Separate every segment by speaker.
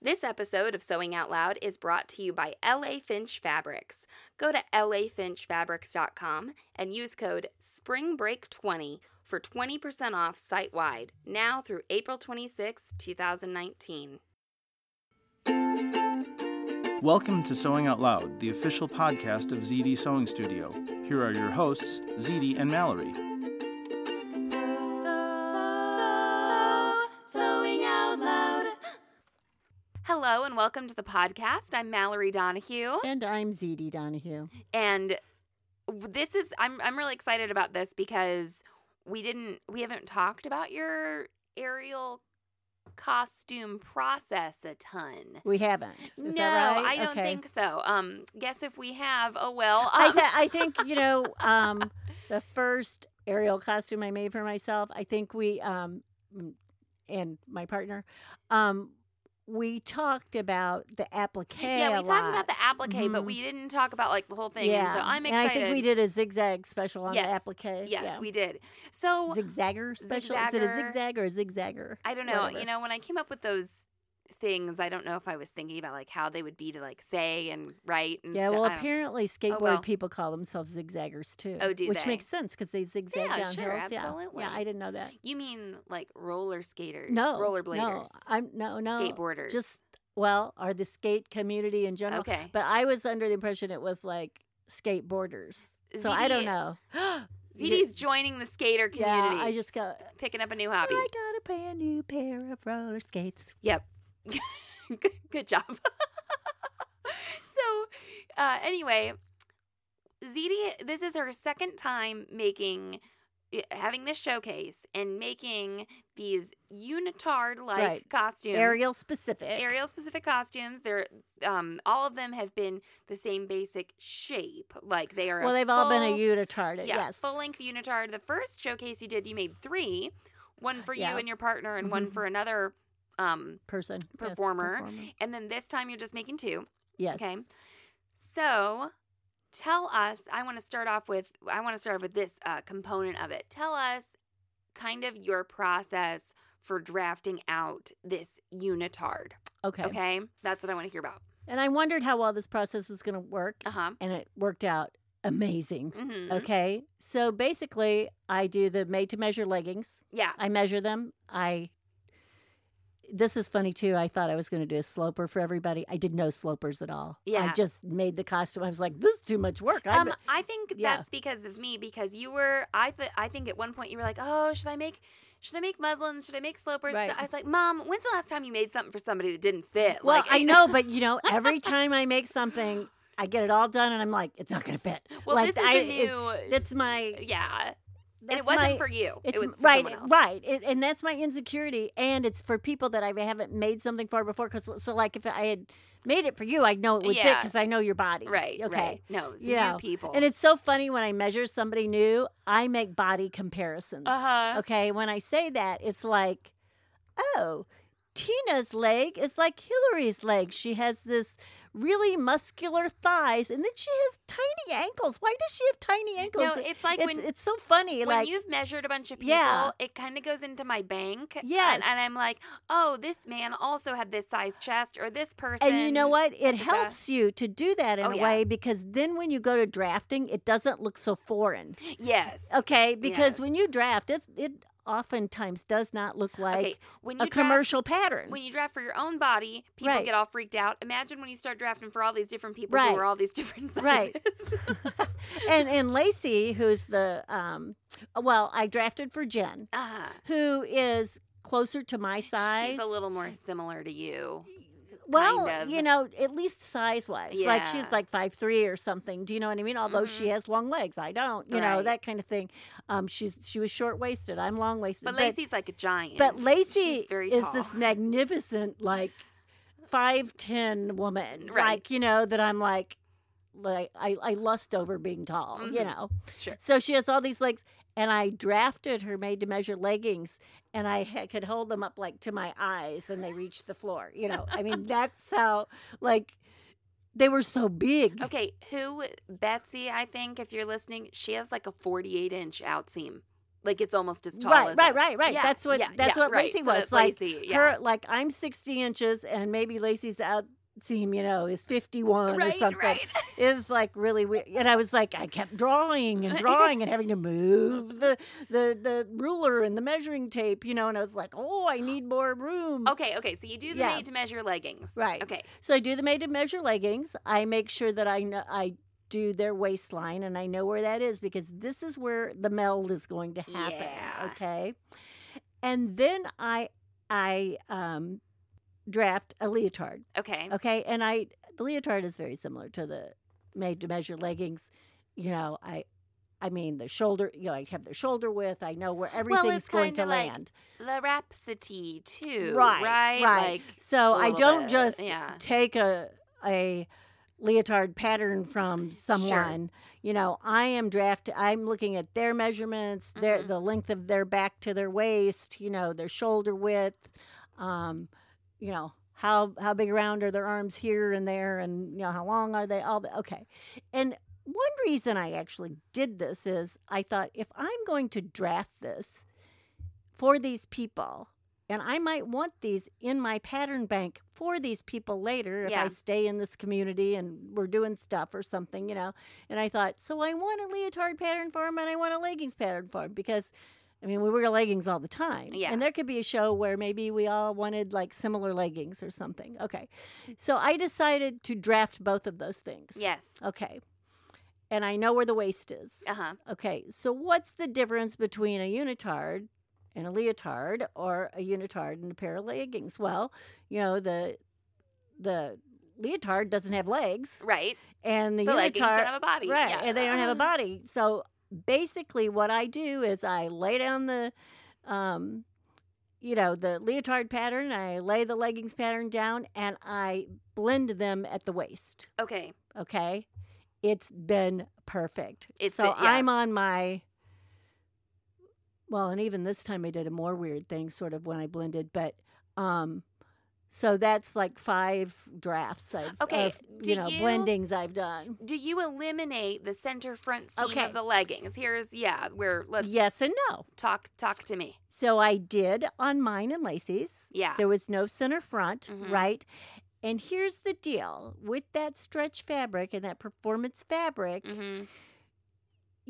Speaker 1: This episode of Sewing Out Loud is brought to you by LA Finch Fabrics. Go to lafinchfabrics.com and use code SPRINGBREAK20 for 20% off site wide now through April 26, 2019.
Speaker 2: Welcome to Sewing Out Loud, the official podcast of ZD Sewing Studio. Here are your hosts, ZD and Mallory.
Speaker 1: Sewing Out Loud. Hello and welcome to the podcast. I'm Mallory Donahue.
Speaker 3: And I'm ZD Donahue.
Speaker 1: and w- this is I'm I'm really excited about this because we didn't we haven't talked about your aerial costume process a ton.
Speaker 3: We haven't. Is
Speaker 1: no,
Speaker 3: that right?
Speaker 1: I don't
Speaker 3: Okay.
Speaker 1: think so. Um, guess if we have, oh well.
Speaker 3: I,
Speaker 1: um,
Speaker 3: th- I think you know um, the first aerial costume I made for myself. I think we um, m- and my partner, um, we talked about the applique.
Speaker 1: yeah, we
Speaker 3: a
Speaker 1: talked
Speaker 3: lot.
Speaker 1: about the applique, but
Speaker 3: Mhm.
Speaker 1: we didn't talk about like the whole thing. and
Speaker 3: Yeah,
Speaker 1: so I'm
Speaker 3: and
Speaker 1: excited.
Speaker 3: I think we did a zigzag special on
Speaker 1: Yes.
Speaker 3: the applique.
Speaker 1: Yes,
Speaker 3: yeah.
Speaker 1: we did. So
Speaker 3: Zigzagger special. Is it a
Speaker 1: Zigzagger.
Speaker 3: zigzag or a zigzagger?
Speaker 1: I don't know.
Speaker 3: Whatever.
Speaker 1: You know, when I came up with those things, I don't know if I was thinking about like how they would be to like say and write and
Speaker 3: Yeah,
Speaker 1: stuff.
Speaker 3: well,
Speaker 1: I don't- Oh,
Speaker 3: apparently skateboard
Speaker 1: well.
Speaker 3: people call themselves zigzaggers too.
Speaker 1: Oh, do
Speaker 3: which
Speaker 1: they?
Speaker 3: makes sense because they zigzag
Speaker 1: Yeah,
Speaker 3: down
Speaker 1: sure,
Speaker 3: hills. Yeah.
Speaker 1: absolutely.
Speaker 3: Yeah, I didn't know that.
Speaker 1: You mean like roller skaters?
Speaker 3: No, No,
Speaker 1: rollerbladers,
Speaker 3: I'm no, no.
Speaker 1: skateboarders.
Speaker 3: Just well, or the skate community in general.
Speaker 1: okay.
Speaker 3: But I was under the impression it was like skateboarders. So I don't
Speaker 1: ZD
Speaker 3: know. You-
Speaker 1: ZD's joining the skater community.
Speaker 3: Yeah, I just go.
Speaker 1: picking up a new
Speaker 3: I
Speaker 1: hobby.
Speaker 3: got a brand new pair of roller skates.
Speaker 1: Yep. good, good job. so, uh, anyway, ZD, this is her second time making, eh, having this showcase and making these unitard like
Speaker 3: Right.
Speaker 1: costumes.
Speaker 3: Aerial specific.
Speaker 1: Aerial specific costumes. They're um, all of them have been the same basic shape. Like they are. a
Speaker 3: Well, they've all been a
Speaker 1: full-
Speaker 3: unitard.
Speaker 1: Yeah,
Speaker 3: yes.
Speaker 1: full length unitard. The first showcase you did, you made three, one for you
Speaker 3: Yeah.
Speaker 1: and your partner, and one
Speaker 3: Mhm.
Speaker 1: for another. Um,
Speaker 3: person Yes,
Speaker 1: performer. and then this time you're just making two.
Speaker 3: Yes.
Speaker 1: Okay. So tell us. I want to start off with. I want to start off with this uh, component of it. Tell us kind of your process for drafting out this unitard.
Speaker 3: Okay.
Speaker 1: Okay, that's what I want to hear about.
Speaker 3: And I wondered how well this process was going to work,
Speaker 1: Uh huh.
Speaker 3: and it worked out amazing.
Speaker 1: hmm
Speaker 3: Okay. So basically, I do the made to measure leggings.
Speaker 1: Yeah.
Speaker 3: I measure them. I this is funny too. I thought I was going to do a sloper for everybody. I did no slopers at all.
Speaker 1: Yeah.
Speaker 3: I just made the costume. I was like, this is too much work. I
Speaker 1: Um,
Speaker 3: bet-
Speaker 1: I think
Speaker 3: yeah.
Speaker 1: that's because of me because you were I th- I think at one point you were like, "Oh, should I make should I make muslins? Should I make slopers?" So
Speaker 3: Right.
Speaker 1: I was like, "Mom, when's the last time you made something for somebody that didn't fit?"
Speaker 3: well,
Speaker 1: like,
Speaker 3: I know, but you know, every time I make something, I get it all done, and I'm like, it's not going to fit.
Speaker 1: Well,
Speaker 3: like,
Speaker 1: this is
Speaker 3: I-
Speaker 1: the
Speaker 3: it-
Speaker 1: new
Speaker 3: that's my.
Speaker 1: yeah. and
Speaker 3: that's
Speaker 1: it wasn't
Speaker 3: my-
Speaker 1: for you.
Speaker 3: It's
Speaker 1: it was
Speaker 3: m-
Speaker 1: for
Speaker 3: right, eh,
Speaker 1: someone else.
Speaker 3: right, it, and that's my insecurity, and it's for people that I haven't made something for before. Because so, like, if I had made it for you, I know it would fit 'cause fit
Speaker 1: Yeah.
Speaker 3: because I know your body.
Speaker 1: Right.
Speaker 3: Okay.
Speaker 1: Right. No, it's
Speaker 3: Yeah.
Speaker 1: new people.
Speaker 3: And it's so funny when I measure somebody new, I make body comparisons.
Speaker 1: uh-huh.
Speaker 3: Okay. When I say that, it's like, oh, Tina's leg is like Hillary's leg. She has this really muscular thighs and then she has tiny ankles. Why does she have tiny ankles?
Speaker 1: no, it's like
Speaker 3: it's,
Speaker 1: when
Speaker 3: it's so funny.
Speaker 1: when
Speaker 3: like,
Speaker 1: you've measured a bunch of people,
Speaker 3: Yeah.
Speaker 1: it kind of goes into my bank. and-
Speaker 3: Yes.
Speaker 1: And, I'm like, "Oh, this man also had this size chest or this person."
Speaker 3: and you know what? It
Speaker 1: da, da, da.
Speaker 3: helps you to do that in
Speaker 1: Oh,
Speaker 3: a
Speaker 1: yeah.
Speaker 3: way because then when you go to drafting, it doesn't look so foreign.
Speaker 1: Yes.
Speaker 3: Okay, because
Speaker 1: Yes.
Speaker 3: when you draft, it's it oftentimes does not look like
Speaker 1: okay, when you
Speaker 3: a
Speaker 1: draft-
Speaker 3: commercial pattern.
Speaker 1: When you draft for your own body, people
Speaker 3: Right.
Speaker 1: get all freaked out. Imagine when you start drafting for all these different people
Speaker 3: Right.
Speaker 1: who are all these different sizes.
Speaker 3: Right. and and Lacey, who's the um, well, I drafted for Jen,
Speaker 1: Ah,
Speaker 3: who is closer to my size.
Speaker 1: she's a little more similar to you.
Speaker 3: well,
Speaker 1: kind of.
Speaker 3: you know, at least size wise. Like she's
Speaker 1: Yeah.
Speaker 3: like five three or something. Do you know what I mean? Although she
Speaker 1: Mhm.
Speaker 3: has long legs, I don't. You know
Speaker 1: Right.
Speaker 3: that kind of thing. Um, she's she was short waisted. I'm long waisted.
Speaker 1: But Lacey's like a giant.
Speaker 3: But Lacey
Speaker 1: She's very
Speaker 3: is
Speaker 1: tall.
Speaker 3: this magnificent, like five ten woman,
Speaker 1: Right.
Speaker 3: like you know that I'm like, like I, I lust over being tall, you
Speaker 1: Mhm.
Speaker 3: know.
Speaker 1: Sure.
Speaker 3: So she has all these legs, and I drafted her made to measure leggings, and I ha- could hold them up like to my eyes, and they reached the floor. You know, I mean that's how like they were so big.
Speaker 1: Okay, who Betsy? I think if you're listening, she has like a 48 inch outseam. Like it's almost as tall
Speaker 3: Right,
Speaker 1: as
Speaker 3: right,
Speaker 1: us.
Speaker 3: right, right.
Speaker 1: Yeah,
Speaker 3: That's what-
Speaker 1: yeah,
Speaker 3: that's
Speaker 1: yeah,
Speaker 3: what
Speaker 1: right.
Speaker 3: Lacey
Speaker 1: So
Speaker 3: was,
Speaker 1: that's
Speaker 3: like,
Speaker 1: Lacey, yeah.
Speaker 3: Her like I'm 60 inches, and maybe Lacey's out seam, you know, is 51 or
Speaker 1: right,
Speaker 3: something.
Speaker 1: right.
Speaker 3: is like really weird. And I was like, I kept drawing and drawing and having to move the the the ruler and the measuring tape, you know. And I was like, oh, I need more room.
Speaker 1: Okay, okay. So you do the
Speaker 3: Yeah.
Speaker 1: made to measure leggings.
Speaker 3: Right.
Speaker 1: Okay.
Speaker 3: So I do the made to measure leggings. I make sure that I know I do their waistline and I know where that is because this is where the meld is going to happen.
Speaker 1: Yeah.
Speaker 3: Okay. And then I I um draft a leotard.
Speaker 1: Okay.
Speaker 3: Okay, and I the leotard is very similar to the made to measure leggings. You know, I I mean the shoulder. You know, I have the shoulder width. I know where everything's going
Speaker 1: kinda
Speaker 3: to
Speaker 1: like
Speaker 3: land.
Speaker 1: The Rhapsody too.
Speaker 3: right,
Speaker 1: Right.
Speaker 3: right.
Speaker 1: Like
Speaker 3: so I
Speaker 1: little
Speaker 3: don't
Speaker 1: bit,
Speaker 3: just
Speaker 1: yeah.
Speaker 3: take a a leotard pattern from someone. You know, I am draft. I'm looking at their measurements, their
Speaker 1: Mhm.
Speaker 3: the length of their back to their waist. You know, their shoulder width. Um, you know how how big around are their arms here and there and you know how long are they all the, okay and one reason i actually did this is i thought if i'm going to draft this for these people and i might want these in my pattern bank for these people later if
Speaker 1: Yeah.
Speaker 3: i stay in this community and we're doing stuff or something you know and i thought so i want a leotard pattern for them and i want a leggings pattern for them because I mean, we wear leggings all the time.
Speaker 1: Yeah.
Speaker 3: And there could be a show where maybe we all wanted like similar leggings or something. Okay. So I decided to draft both of those things.
Speaker 1: Yes.
Speaker 3: Okay. And I know where the waist is.
Speaker 1: Uh huh.
Speaker 3: Okay. So what's the difference between a unitard and a leotard or a unitard and a pair of leggings? Well, you know, the the leotard doesn't have legs
Speaker 1: Right.
Speaker 3: and the,
Speaker 1: The, leggings
Speaker 3: unitard
Speaker 1: don't have a body.
Speaker 3: Right.
Speaker 1: Yeah.
Speaker 3: And they don't have a
Speaker 1: Ah.
Speaker 3: body. So basically, what I do is I lay down the, um, you know, the leotard pattern, I lay the leggings pattern down, and I blend them at the waist.
Speaker 1: Okay.
Speaker 3: Okay. It's been perfect.
Speaker 1: It's
Speaker 3: so
Speaker 1: been- yeah.
Speaker 3: I'm on my. Well, and even this time I did a more weird thing, sort of when I blended, but um, so that's like five drafts I've
Speaker 1: Okay,
Speaker 3: of,
Speaker 1: do
Speaker 3: you know
Speaker 1: you-
Speaker 3: blendings I've done.
Speaker 1: Do you eliminate the center front seam
Speaker 3: Okay.
Speaker 1: of the leggings? Here's yeah, where let's
Speaker 3: yes and no.
Speaker 1: talk talk to me.
Speaker 3: So I did on mine and Lacey's.
Speaker 1: Yeah.
Speaker 3: There was no center front,
Speaker 1: Mhm.
Speaker 3: right? And here's the deal with that stretch fabric and that performance fabric,
Speaker 1: hmm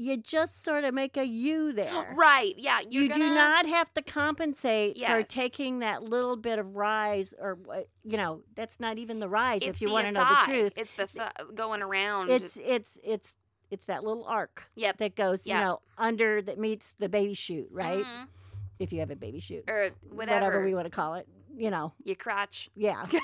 Speaker 3: you just sort of make a U
Speaker 1: Oh,
Speaker 3: there.
Speaker 1: Right. Yeah. You're
Speaker 3: You do
Speaker 1: gonna-
Speaker 3: not have to compensate for
Speaker 1: Yes.
Speaker 3: taking that little bit of rise, or what- you know, that's not even the rise.
Speaker 1: It's
Speaker 3: if you
Speaker 1: the
Speaker 3: want to know the
Speaker 1: thigh.
Speaker 3: truth,
Speaker 1: it's the th- going around.
Speaker 3: it's it's it's it's that little arc
Speaker 1: yep.
Speaker 3: that goes,
Speaker 1: Yep.
Speaker 3: you know, under that meets the baby shoot, right?
Speaker 1: Mhm.
Speaker 3: If you have a baby shoot,
Speaker 1: Or Er, whatever,
Speaker 3: we want to call it, you know,
Speaker 1: your crotch,
Speaker 3: yeah.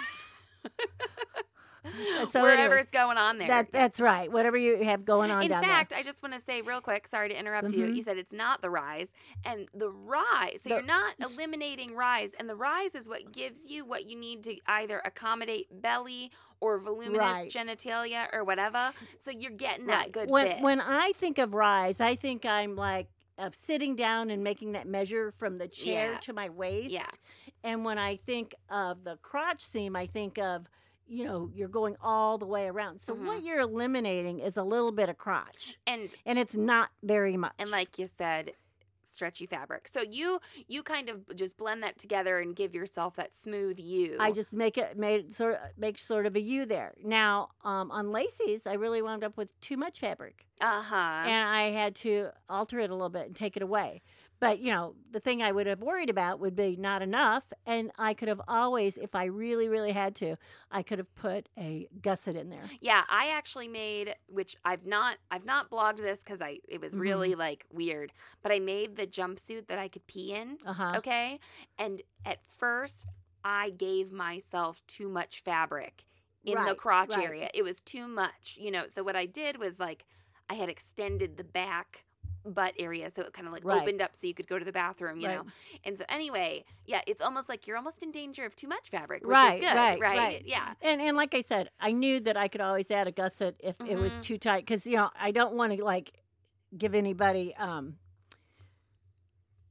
Speaker 3: so anyway,
Speaker 1: whatever's going on there.
Speaker 3: That that's right. Whatever you have going on
Speaker 1: In
Speaker 3: down
Speaker 1: fact, I just want to say real quick. Sorry to interrupt you.
Speaker 3: Mhm.
Speaker 1: You said it's not the rise and the rise. So
Speaker 3: The-
Speaker 1: you're not eliminating rise, and the rise is what gives you what you need to either accommodate belly or voluminous
Speaker 3: Right.
Speaker 1: genitalia or whatever. So you're getting
Speaker 3: there.
Speaker 1: that good
Speaker 3: when
Speaker 1: fit.
Speaker 3: when I think of rise, I think I'm like of sitting down and making that measure from the chair
Speaker 1: Yeah.
Speaker 3: to my waist.
Speaker 1: Yeah.
Speaker 3: And when I think of the crotch seam, I think of you know you're going all the way around. So
Speaker 1: Mhm.
Speaker 3: what you're eliminating is a little bit of crotch,
Speaker 1: and
Speaker 3: and it's not very much.
Speaker 1: and like you said stretchy fabric so you you kind of just blend that together and give yourself that smooth you
Speaker 3: I just make it made it sort of, make sort of a U there. Now um, on Lacey's, I really wound up with too much fabric,
Speaker 1: uh-huh
Speaker 3: and I had to alter it a little bit and take it away. But, you know, the thing I would have worried about would be not enough. And I could have always, if I really, really had to, I could have put a gusset in there.
Speaker 1: Yeah, I actually made which I've not I've not blogged this cuz I it was
Speaker 3: Mhm.
Speaker 1: really like weird, but I made the jumpsuit that I could pee in,
Speaker 3: Uh huh.
Speaker 1: okay? And at first I gave myself too much fabric in the
Speaker 3: Right,
Speaker 1: crotch
Speaker 3: right.
Speaker 1: area. It was too much, you know. So what I did was like I had extended the back butt area so it kind of like
Speaker 3: Right.
Speaker 1: opened up so you could go to the bathroom, you
Speaker 3: Right.
Speaker 1: know. And so anyway, yeah, it's almost like you're almost in danger of too much fabric, which
Speaker 3: Right,
Speaker 1: is good,
Speaker 3: right,
Speaker 1: right?
Speaker 3: right.
Speaker 1: Yeah.
Speaker 3: And and like I said, I knew that I could always add a gusset if it was
Speaker 1: Mhm.
Speaker 3: too tight because you know I don't want to like give anybody um.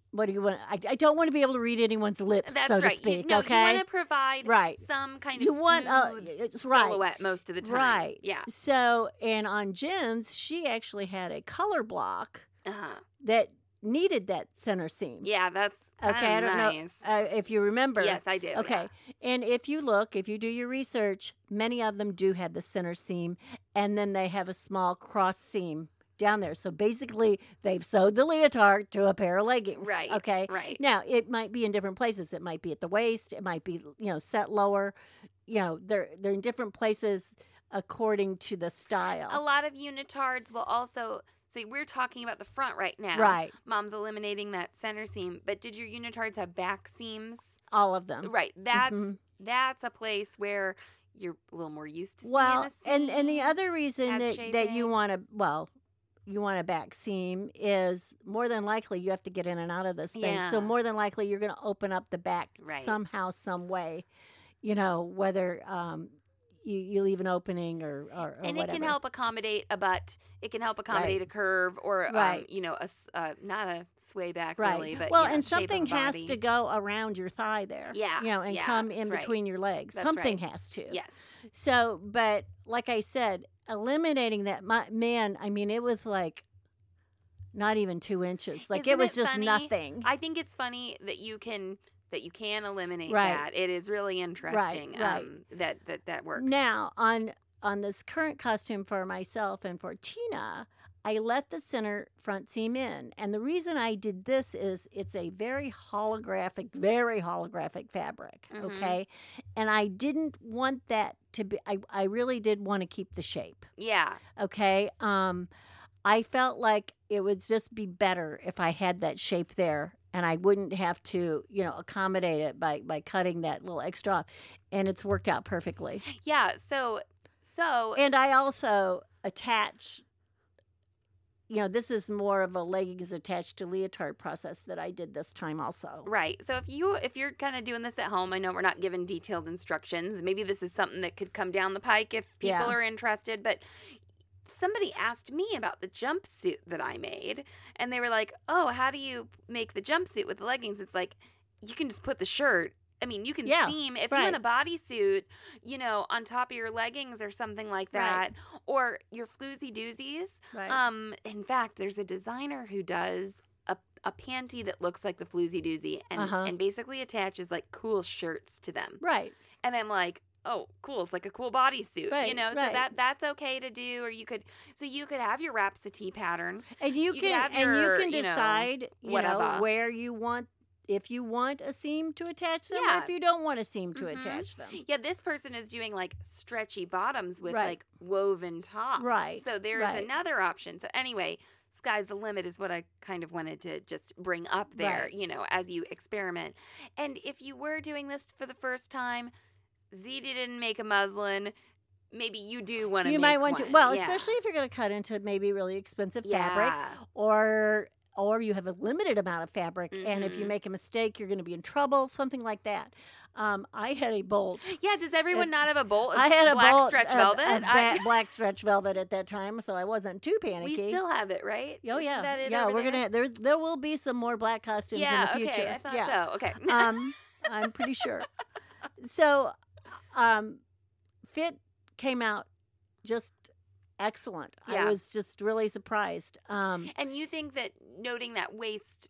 Speaker 3: What do you want? I, I don't want to be able to read anyone's lips,
Speaker 1: That's
Speaker 3: so
Speaker 1: right.
Speaker 3: to speak.
Speaker 1: you, no,
Speaker 3: okay,
Speaker 1: you want to provide
Speaker 3: right,
Speaker 1: some kind of
Speaker 3: You want a-
Speaker 1: smooth
Speaker 3: it's right.
Speaker 1: silhouette most of the time.
Speaker 3: right,
Speaker 1: Yeah.
Speaker 3: So and on Jen's, she actually had a color block
Speaker 1: Uh-huh.
Speaker 3: that needed that center seam.
Speaker 1: Yeah, that's
Speaker 3: Okay,
Speaker 1: kinda
Speaker 3: I don't know.
Speaker 1: nice.
Speaker 3: Uh, if you remember,
Speaker 1: Yes, I do. yeah.
Speaker 3: Okay. And if you look, if you do your research, many of them do have the center seam and then they have a small cross seam down there. So basically, they've sewed the leotard to a pair of leggings.
Speaker 1: Right.
Speaker 3: Okay.
Speaker 1: Right.
Speaker 3: Now, it might be in different places. It might be at the waist, it might be, you know, set lower. You know, they're they're in different places according to the
Speaker 1: A
Speaker 3: style.
Speaker 1: lot of unitards will also see we're talking about the front right now.
Speaker 3: Right.
Speaker 1: Mom's eliminating that center seam, but did your unitards have back seams?
Speaker 3: All of them.
Speaker 1: Right. That's
Speaker 3: Mhm.
Speaker 1: that's a place where you're a little more used to
Speaker 3: Well,
Speaker 1: seeing a
Speaker 3: and and the
Speaker 1: seam.
Speaker 3: other reason
Speaker 1: as
Speaker 3: that, that you
Speaker 1: shaping.
Speaker 3: want to well, you want a back seam is more than likely you have to get in and out of this thing. So
Speaker 1: Yeah.
Speaker 3: more than likely you're going to open up the back
Speaker 1: Right.
Speaker 3: somehow, some way. You know whether um, you you leave an opening or or, or
Speaker 1: and
Speaker 3: Oh, whatever.
Speaker 1: it can help accommodate a butt. It can help accommodate a curve or, um,
Speaker 3: Right.
Speaker 1: you know, a s- uh, not a sway back
Speaker 3: Right.
Speaker 1: really, but
Speaker 3: well,
Speaker 1: you know,
Speaker 3: and
Speaker 1: shape of
Speaker 3: something
Speaker 1: a
Speaker 3: has
Speaker 1: body.
Speaker 3: to go around your thigh there.
Speaker 1: Yeah,
Speaker 3: You know, and
Speaker 1: yeah,
Speaker 3: come in
Speaker 1: that's right.
Speaker 3: between your legs.
Speaker 1: That's
Speaker 3: something
Speaker 1: right.
Speaker 3: has to.
Speaker 1: Yes.
Speaker 3: So, but like I said, eliminating that, my, man, I mean, it was like not even two inches. Like it
Speaker 1: Isn't
Speaker 3: was
Speaker 1: it
Speaker 3: just
Speaker 1: funny?
Speaker 3: nothing.
Speaker 1: I think it's funny that you can that you can eliminate
Speaker 3: Right.
Speaker 1: that. It is really interesting
Speaker 3: right.
Speaker 1: Um, that that that works.
Speaker 3: now on on this current costume for myself and for Tina, I let the center front seam in, and the reason I did this is it's a very holographic, very holographic fabric.
Speaker 1: Mhm.
Speaker 3: Okay, and I didn't want that to be. I I really did want to keep the shape.
Speaker 1: Yeah.
Speaker 3: okay um i felt like it would just be better if i had that shape there and i wouldn't have to you know accommodate it by by cutting that little extra off and it's worked out perfectly
Speaker 1: Yeah. So so
Speaker 3: and i also attach you know this is more of a leggings attached to leotard process that i did this time also
Speaker 1: Right. So if you if you're kind of doing this at home, I know we're not given detailed instructions. Maybe this is something that could come down the pike if people
Speaker 3: Yeah.
Speaker 1: are interested, but somebody asked me about the jumpsuit that I made and they were like, "Oh, how do you make the jumpsuit with the leggings?" It's like you can just put the shirt I mean, you can
Speaker 3: Yeah,
Speaker 1: seam if
Speaker 3: right.
Speaker 1: you want a bodysuit, you know, on top of your leggings or something like that,
Speaker 3: Right.
Speaker 1: or your floozy doozies.
Speaker 3: right
Speaker 1: Um, in fact, there's a designer who does a, a panty that looks like the floozy doozy and,
Speaker 3: Uh-huh.
Speaker 1: and basically attaches like cool shirts to them.
Speaker 3: right
Speaker 1: And I'm like, oh, cool. It's like a cool bodysuit,
Speaker 3: Right,
Speaker 1: you know?
Speaker 3: right.
Speaker 1: So that that's okay to do. Or you could, so you could have your Rhapsody pattern.
Speaker 3: And you,
Speaker 1: You could
Speaker 3: can
Speaker 1: have
Speaker 3: and
Speaker 1: your,
Speaker 3: you can
Speaker 1: you know,
Speaker 3: decide you know,
Speaker 1: whatever.
Speaker 3: where you want if you want a seam to attach them or
Speaker 1: Yeah.
Speaker 3: if you don't want a seam to
Speaker 1: Mhm.
Speaker 3: attach them.
Speaker 1: Yeah, this person is doing like stretchy bottoms with
Speaker 3: Right.
Speaker 1: like woven tops.
Speaker 3: Right,
Speaker 1: So there's
Speaker 3: right.
Speaker 1: another option. So anyway, sky's the limit is what I kind of wanted to just bring up there,
Speaker 3: Right.
Speaker 1: you know, as you experiment. And if you were doing this for the first time, Ziti didn't make a muslin. Maybe you do want to.
Speaker 3: You
Speaker 1: make
Speaker 3: might want
Speaker 1: one.
Speaker 3: to well,
Speaker 1: Yeah.
Speaker 3: especially if you're going to cut into maybe really expensive fabric
Speaker 1: yeah.
Speaker 3: or or you have a limited amount of fabric and if you
Speaker 1: Mhm.
Speaker 3: make a mistake you're going to be in trouble, something like that. Um, I had a bolt.
Speaker 1: Yeah. Does everyone
Speaker 3: It-
Speaker 1: not have a bolt? Of
Speaker 3: I had a
Speaker 1: black
Speaker 3: bolt
Speaker 1: stretch
Speaker 3: of-
Speaker 1: velvet.
Speaker 3: of
Speaker 1: I-
Speaker 3: ba- black stretch velvet at that time, so I wasn't too
Speaker 1: we
Speaker 3: panicky.
Speaker 1: still have it, right?
Speaker 3: Oh
Speaker 1: Isn't
Speaker 3: yeah,
Speaker 1: that it
Speaker 3: yeah.
Speaker 1: over
Speaker 3: We're
Speaker 1: there?
Speaker 3: gonna there. There will be some more black costumes
Speaker 1: Yeah.
Speaker 3: in the future.
Speaker 1: Okay. I thought
Speaker 3: yeah.
Speaker 1: so. Okay.
Speaker 3: um, I'm pretty sure. So, um, Fit came out just excellent. I
Speaker 1: Yeah.
Speaker 3: was just really surprised. Um,
Speaker 1: And you think that noting that waist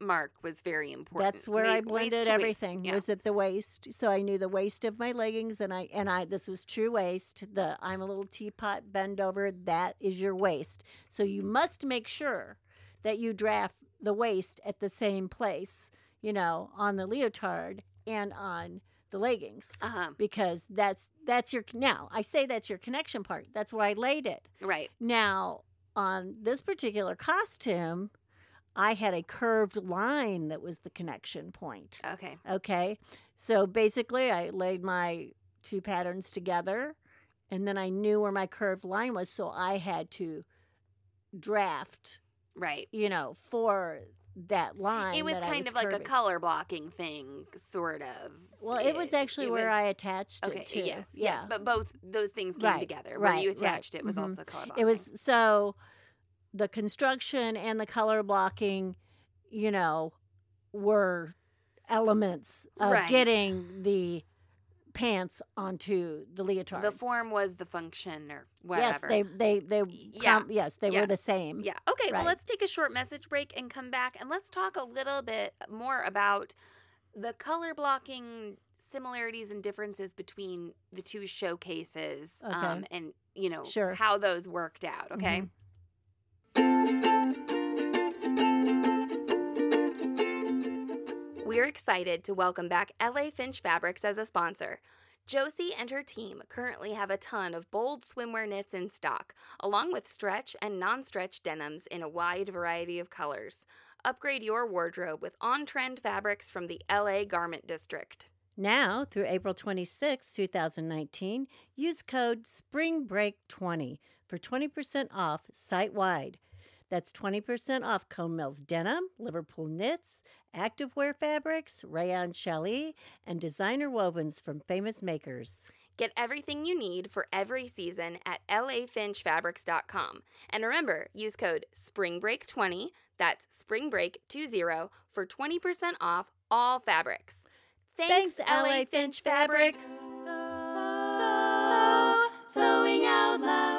Speaker 1: mark was very important.
Speaker 3: that's where
Speaker 1: Wa-
Speaker 3: I
Speaker 1: waist
Speaker 3: blended
Speaker 1: to waist,
Speaker 3: everything.
Speaker 1: yeah.
Speaker 3: Was at the waist, so I knew the waist of my leggings, and I and I this was true waist. The I'm a little teapot bend over. That is your waist. So you must make sure that you draft the waist at the same place, you know, on the leotard and on the leggings
Speaker 1: Uh huh.
Speaker 3: because that's that's your now I say that's your connection part. That's where I laid it.
Speaker 1: Right.
Speaker 3: Now, on this particular costume, I had a curved line that was the connection point.
Speaker 1: Okay.
Speaker 3: Okay. So basically, I laid my two patterns together and then I knew where my curved line was. So I had to draft,
Speaker 1: Right.
Speaker 3: you know, for that line.
Speaker 1: It was
Speaker 3: that I
Speaker 1: kind of like a
Speaker 3: curving.
Speaker 1: color blocking thing, sort of.
Speaker 3: Well, it was actually
Speaker 1: it
Speaker 3: where
Speaker 1: was-
Speaker 3: I attached
Speaker 1: Okay.
Speaker 3: it to.
Speaker 1: Yes.
Speaker 3: yeah.
Speaker 1: Yes. But both those things came
Speaker 3: Right,
Speaker 1: together. Where
Speaker 3: right,
Speaker 1: you
Speaker 3: right.
Speaker 1: attached it was
Speaker 3: Mhm.
Speaker 1: also color blocking.
Speaker 3: it was so the construction and the color blocking, you know, were elements of
Speaker 1: Right.
Speaker 3: getting the pants onto the leotard.
Speaker 1: the form was the function or
Speaker 3: yes,
Speaker 1: whatever.
Speaker 3: they they they
Speaker 1: yeah,
Speaker 3: com- yes, they
Speaker 1: yeah,
Speaker 3: were the same.
Speaker 1: Yeah. Okay. Well,
Speaker 3: Right.
Speaker 1: let's take a short message break and come back and let's talk a little bit more about the color blocking similarities and differences between the two showcases
Speaker 3: Okay.
Speaker 1: um, and, you know,
Speaker 3: Sure.
Speaker 1: how those worked out. Okay.
Speaker 3: Mhm.
Speaker 1: We're excited to welcome back LA Finch Fabrics as a sponsor. Josie and her team currently have a ton of bold swimwear knits in stock, along with stretch and non stretch denims in a wide variety of colors. Upgrade your wardrobe with on trend fabrics from the LA Garment District.
Speaker 3: Now through April 26, 2019, use code SPRINGBREAK20 for 20% off site wide. That's 20% off Cone Mills Denim, Liverpool Knits, Activewear Fabrics, Rayon Chalet, and designer wovens from famous makers.
Speaker 1: Get everything you need for every season at lafinchfabrics.com. And remember, use code SPRINGBREAK20, that's SPRINGBREAK20, for 20% off all fabrics.
Speaker 3: Thanks, LA Finch Fabrics.
Speaker 1: sewing out loud.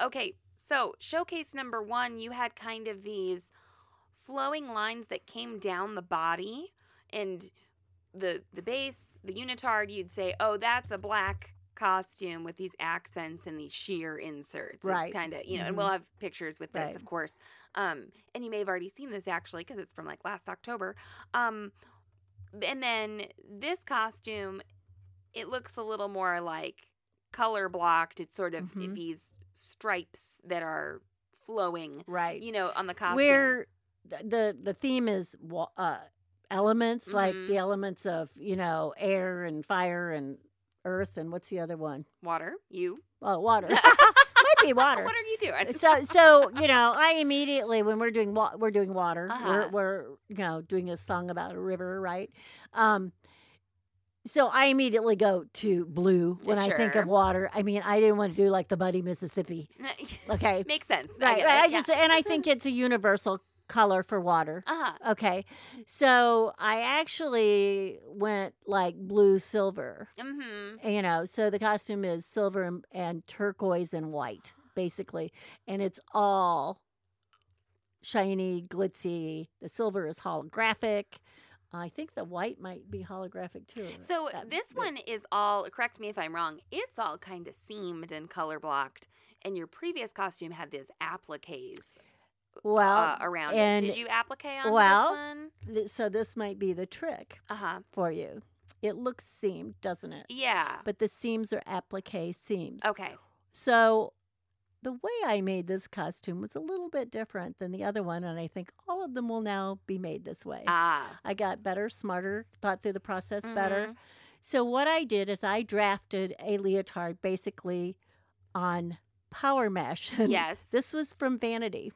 Speaker 1: Okay, so showcase number one, you had kind of these flowing lines that came down the body and the the base, the unitard, you'd say, Oh, that's a black costume with these accents and these sheer inserts.
Speaker 3: Right. Mm-hmm.
Speaker 1: Kind of, you know, and we'll have pictures with this,
Speaker 3: Right.
Speaker 1: of course. Um, and you may have already seen this actually because it's from like last October. Um, and then this costume, it looks a little more like color blocked. It's sort of
Speaker 3: Mhm.
Speaker 1: these stripes that are flowing,
Speaker 3: Right.
Speaker 1: you know, on the costume.
Speaker 3: Where the, the, the theme is wa- uh, elements, like
Speaker 1: Mhm.
Speaker 3: the elements of, you know, air and fire and earth, and what's the other one?
Speaker 1: water, you.
Speaker 3: Oh, water. Might be water.
Speaker 1: What are you doing?
Speaker 3: so so you know i immediately when we're doing wa- we're doing water
Speaker 1: Uh-huh.
Speaker 3: we're, we're you know doing a song about a river right um so i immediately go to blue when i think
Speaker 1: Sure.
Speaker 3: of water i mean i didn't want to do like the muddy mississippi okay
Speaker 1: Makes sense. I
Speaker 3: right
Speaker 1: get
Speaker 3: right
Speaker 1: it,
Speaker 3: i just and i think it's a universal color for water
Speaker 1: Yeah. Uh-huh.
Speaker 3: okay so i actually went like blue silver
Speaker 1: Mm-hmm.
Speaker 3: you know so the costume is silver and, and turquoise and white basically and it's all shiny glitzy the silver is holographic i think the white might be holographic too
Speaker 1: So
Speaker 3: That-
Speaker 1: this
Speaker 3: but-
Speaker 1: one is all, correct me if I'm wrong, it's all kind of seamed and color blocked. And your previous costume had these appliques uh,
Speaker 3: well
Speaker 1: around it.
Speaker 3: and-
Speaker 1: Did you applique on
Speaker 3: well,
Speaker 1: this one?
Speaker 3: th- so this might be the trick
Speaker 1: Uh huh.
Speaker 3: for you it looks seamed doesn't it
Speaker 1: Yeah. Oh.
Speaker 3: but the seams are applique seams
Speaker 1: Okay.
Speaker 3: so the way I made this costume was a little bit different than the other one, and I think all of them will now be made this way.
Speaker 1: Ah.
Speaker 3: I got better, smarter, thought through the process
Speaker 1: Mm-hmm.
Speaker 3: better. So, what I did is I drafted a leotard basically on power mesh. And
Speaker 1: Yes.
Speaker 3: this was from Vanity.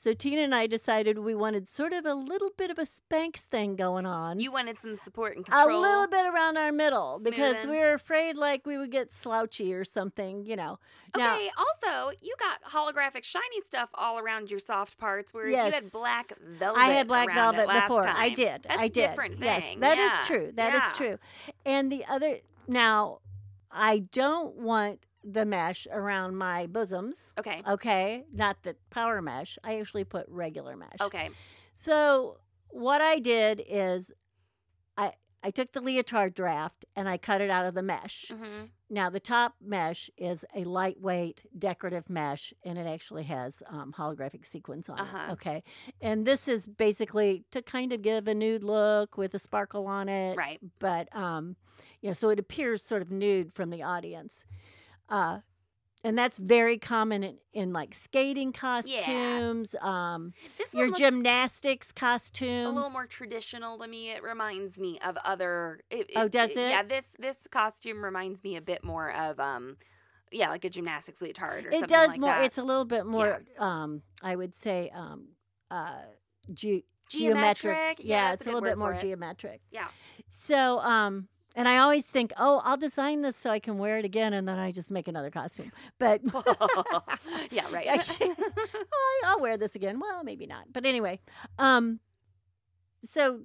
Speaker 3: So, Tina and I decided we wanted sort of a little bit of a Spanx thing going on.
Speaker 1: You wanted some support and
Speaker 3: a
Speaker 1: control.
Speaker 3: little bit around our middle because
Speaker 1: Smoothing.
Speaker 3: we were afraid like we would get slouchy or something, you know. Now,
Speaker 1: Okay, also, you got holographic shiny stuff all around your soft parts where you had
Speaker 3: Yes.
Speaker 1: black velvet.
Speaker 3: I had black
Speaker 1: around it
Speaker 3: velvet
Speaker 1: last
Speaker 3: before. I
Speaker 1: time.
Speaker 3: did.
Speaker 1: That's
Speaker 3: I
Speaker 1: a
Speaker 3: did.
Speaker 1: different
Speaker 3: Yes,
Speaker 1: thing.
Speaker 3: that is
Speaker 1: Yeah,
Speaker 3: true. That is
Speaker 1: yeah.
Speaker 3: true. And the other now, I don't want the mesh around my bosoms.
Speaker 1: Okay.
Speaker 3: Okay, not the power mesh. I actually put regular mesh.
Speaker 1: Okay.
Speaker 3: So what I did is, I I took the leotard draft and I cut it out of the mesh.
Speaker 1: hmm
Speaker 3: Now, the top mesh is a lightweight decorative mesh, and it actually has um, holographic sequins on
Speaker 1: Uh-huh.
Speaker 3: it. Okay. And this is basically to kind of give a nude look with a sparkle on it.
Speaker 1: Right.
Speaker 3: But, um, you know, so it appears sort of nude from the audience. Uh, and that's very common in, in like skating costumes, um,
Speaker 1: This
Speaker 3: your
Speaker 1: one looks
Speaker 3: gymnastics costumes.
Speaker 1: a little more traditional to me. It reminds me of other. It,
Speaker 3: Oh, does
Speaker 1: Yeah,
Speaker 3: it?
Speaker 1: this this costume reminds me a bit more of um, yeah, like a gymnastics leotard or something
Speaker 3: it does
Speaker 1: like
Speaker 3: more
Speaker 1: that.
Speaker 3: it's a little bit more um i would say um uh ge- geometric,
Speaker 1: Geometric? Yeah,
Speaker 3: yeah,
Speaker 1: that's
Speaker 3: it's
Speaker 1: a
Speaker 3: a
Speaker 1: good
Speaker 3: little
Speaker 1: word
Speaker 3: bit more
Speaker 1: for it.
Speaker 3: geometric
Speaker 1: Yeah.
Speaker 3: so um and i always think oh i'll design this so i can wear it again and then i just make another costume but
Speaker 1: yeah, right.
Speaker 3: I can't- "Oh, I- I'll wear this again. Well, maybe not. But anyway, um, so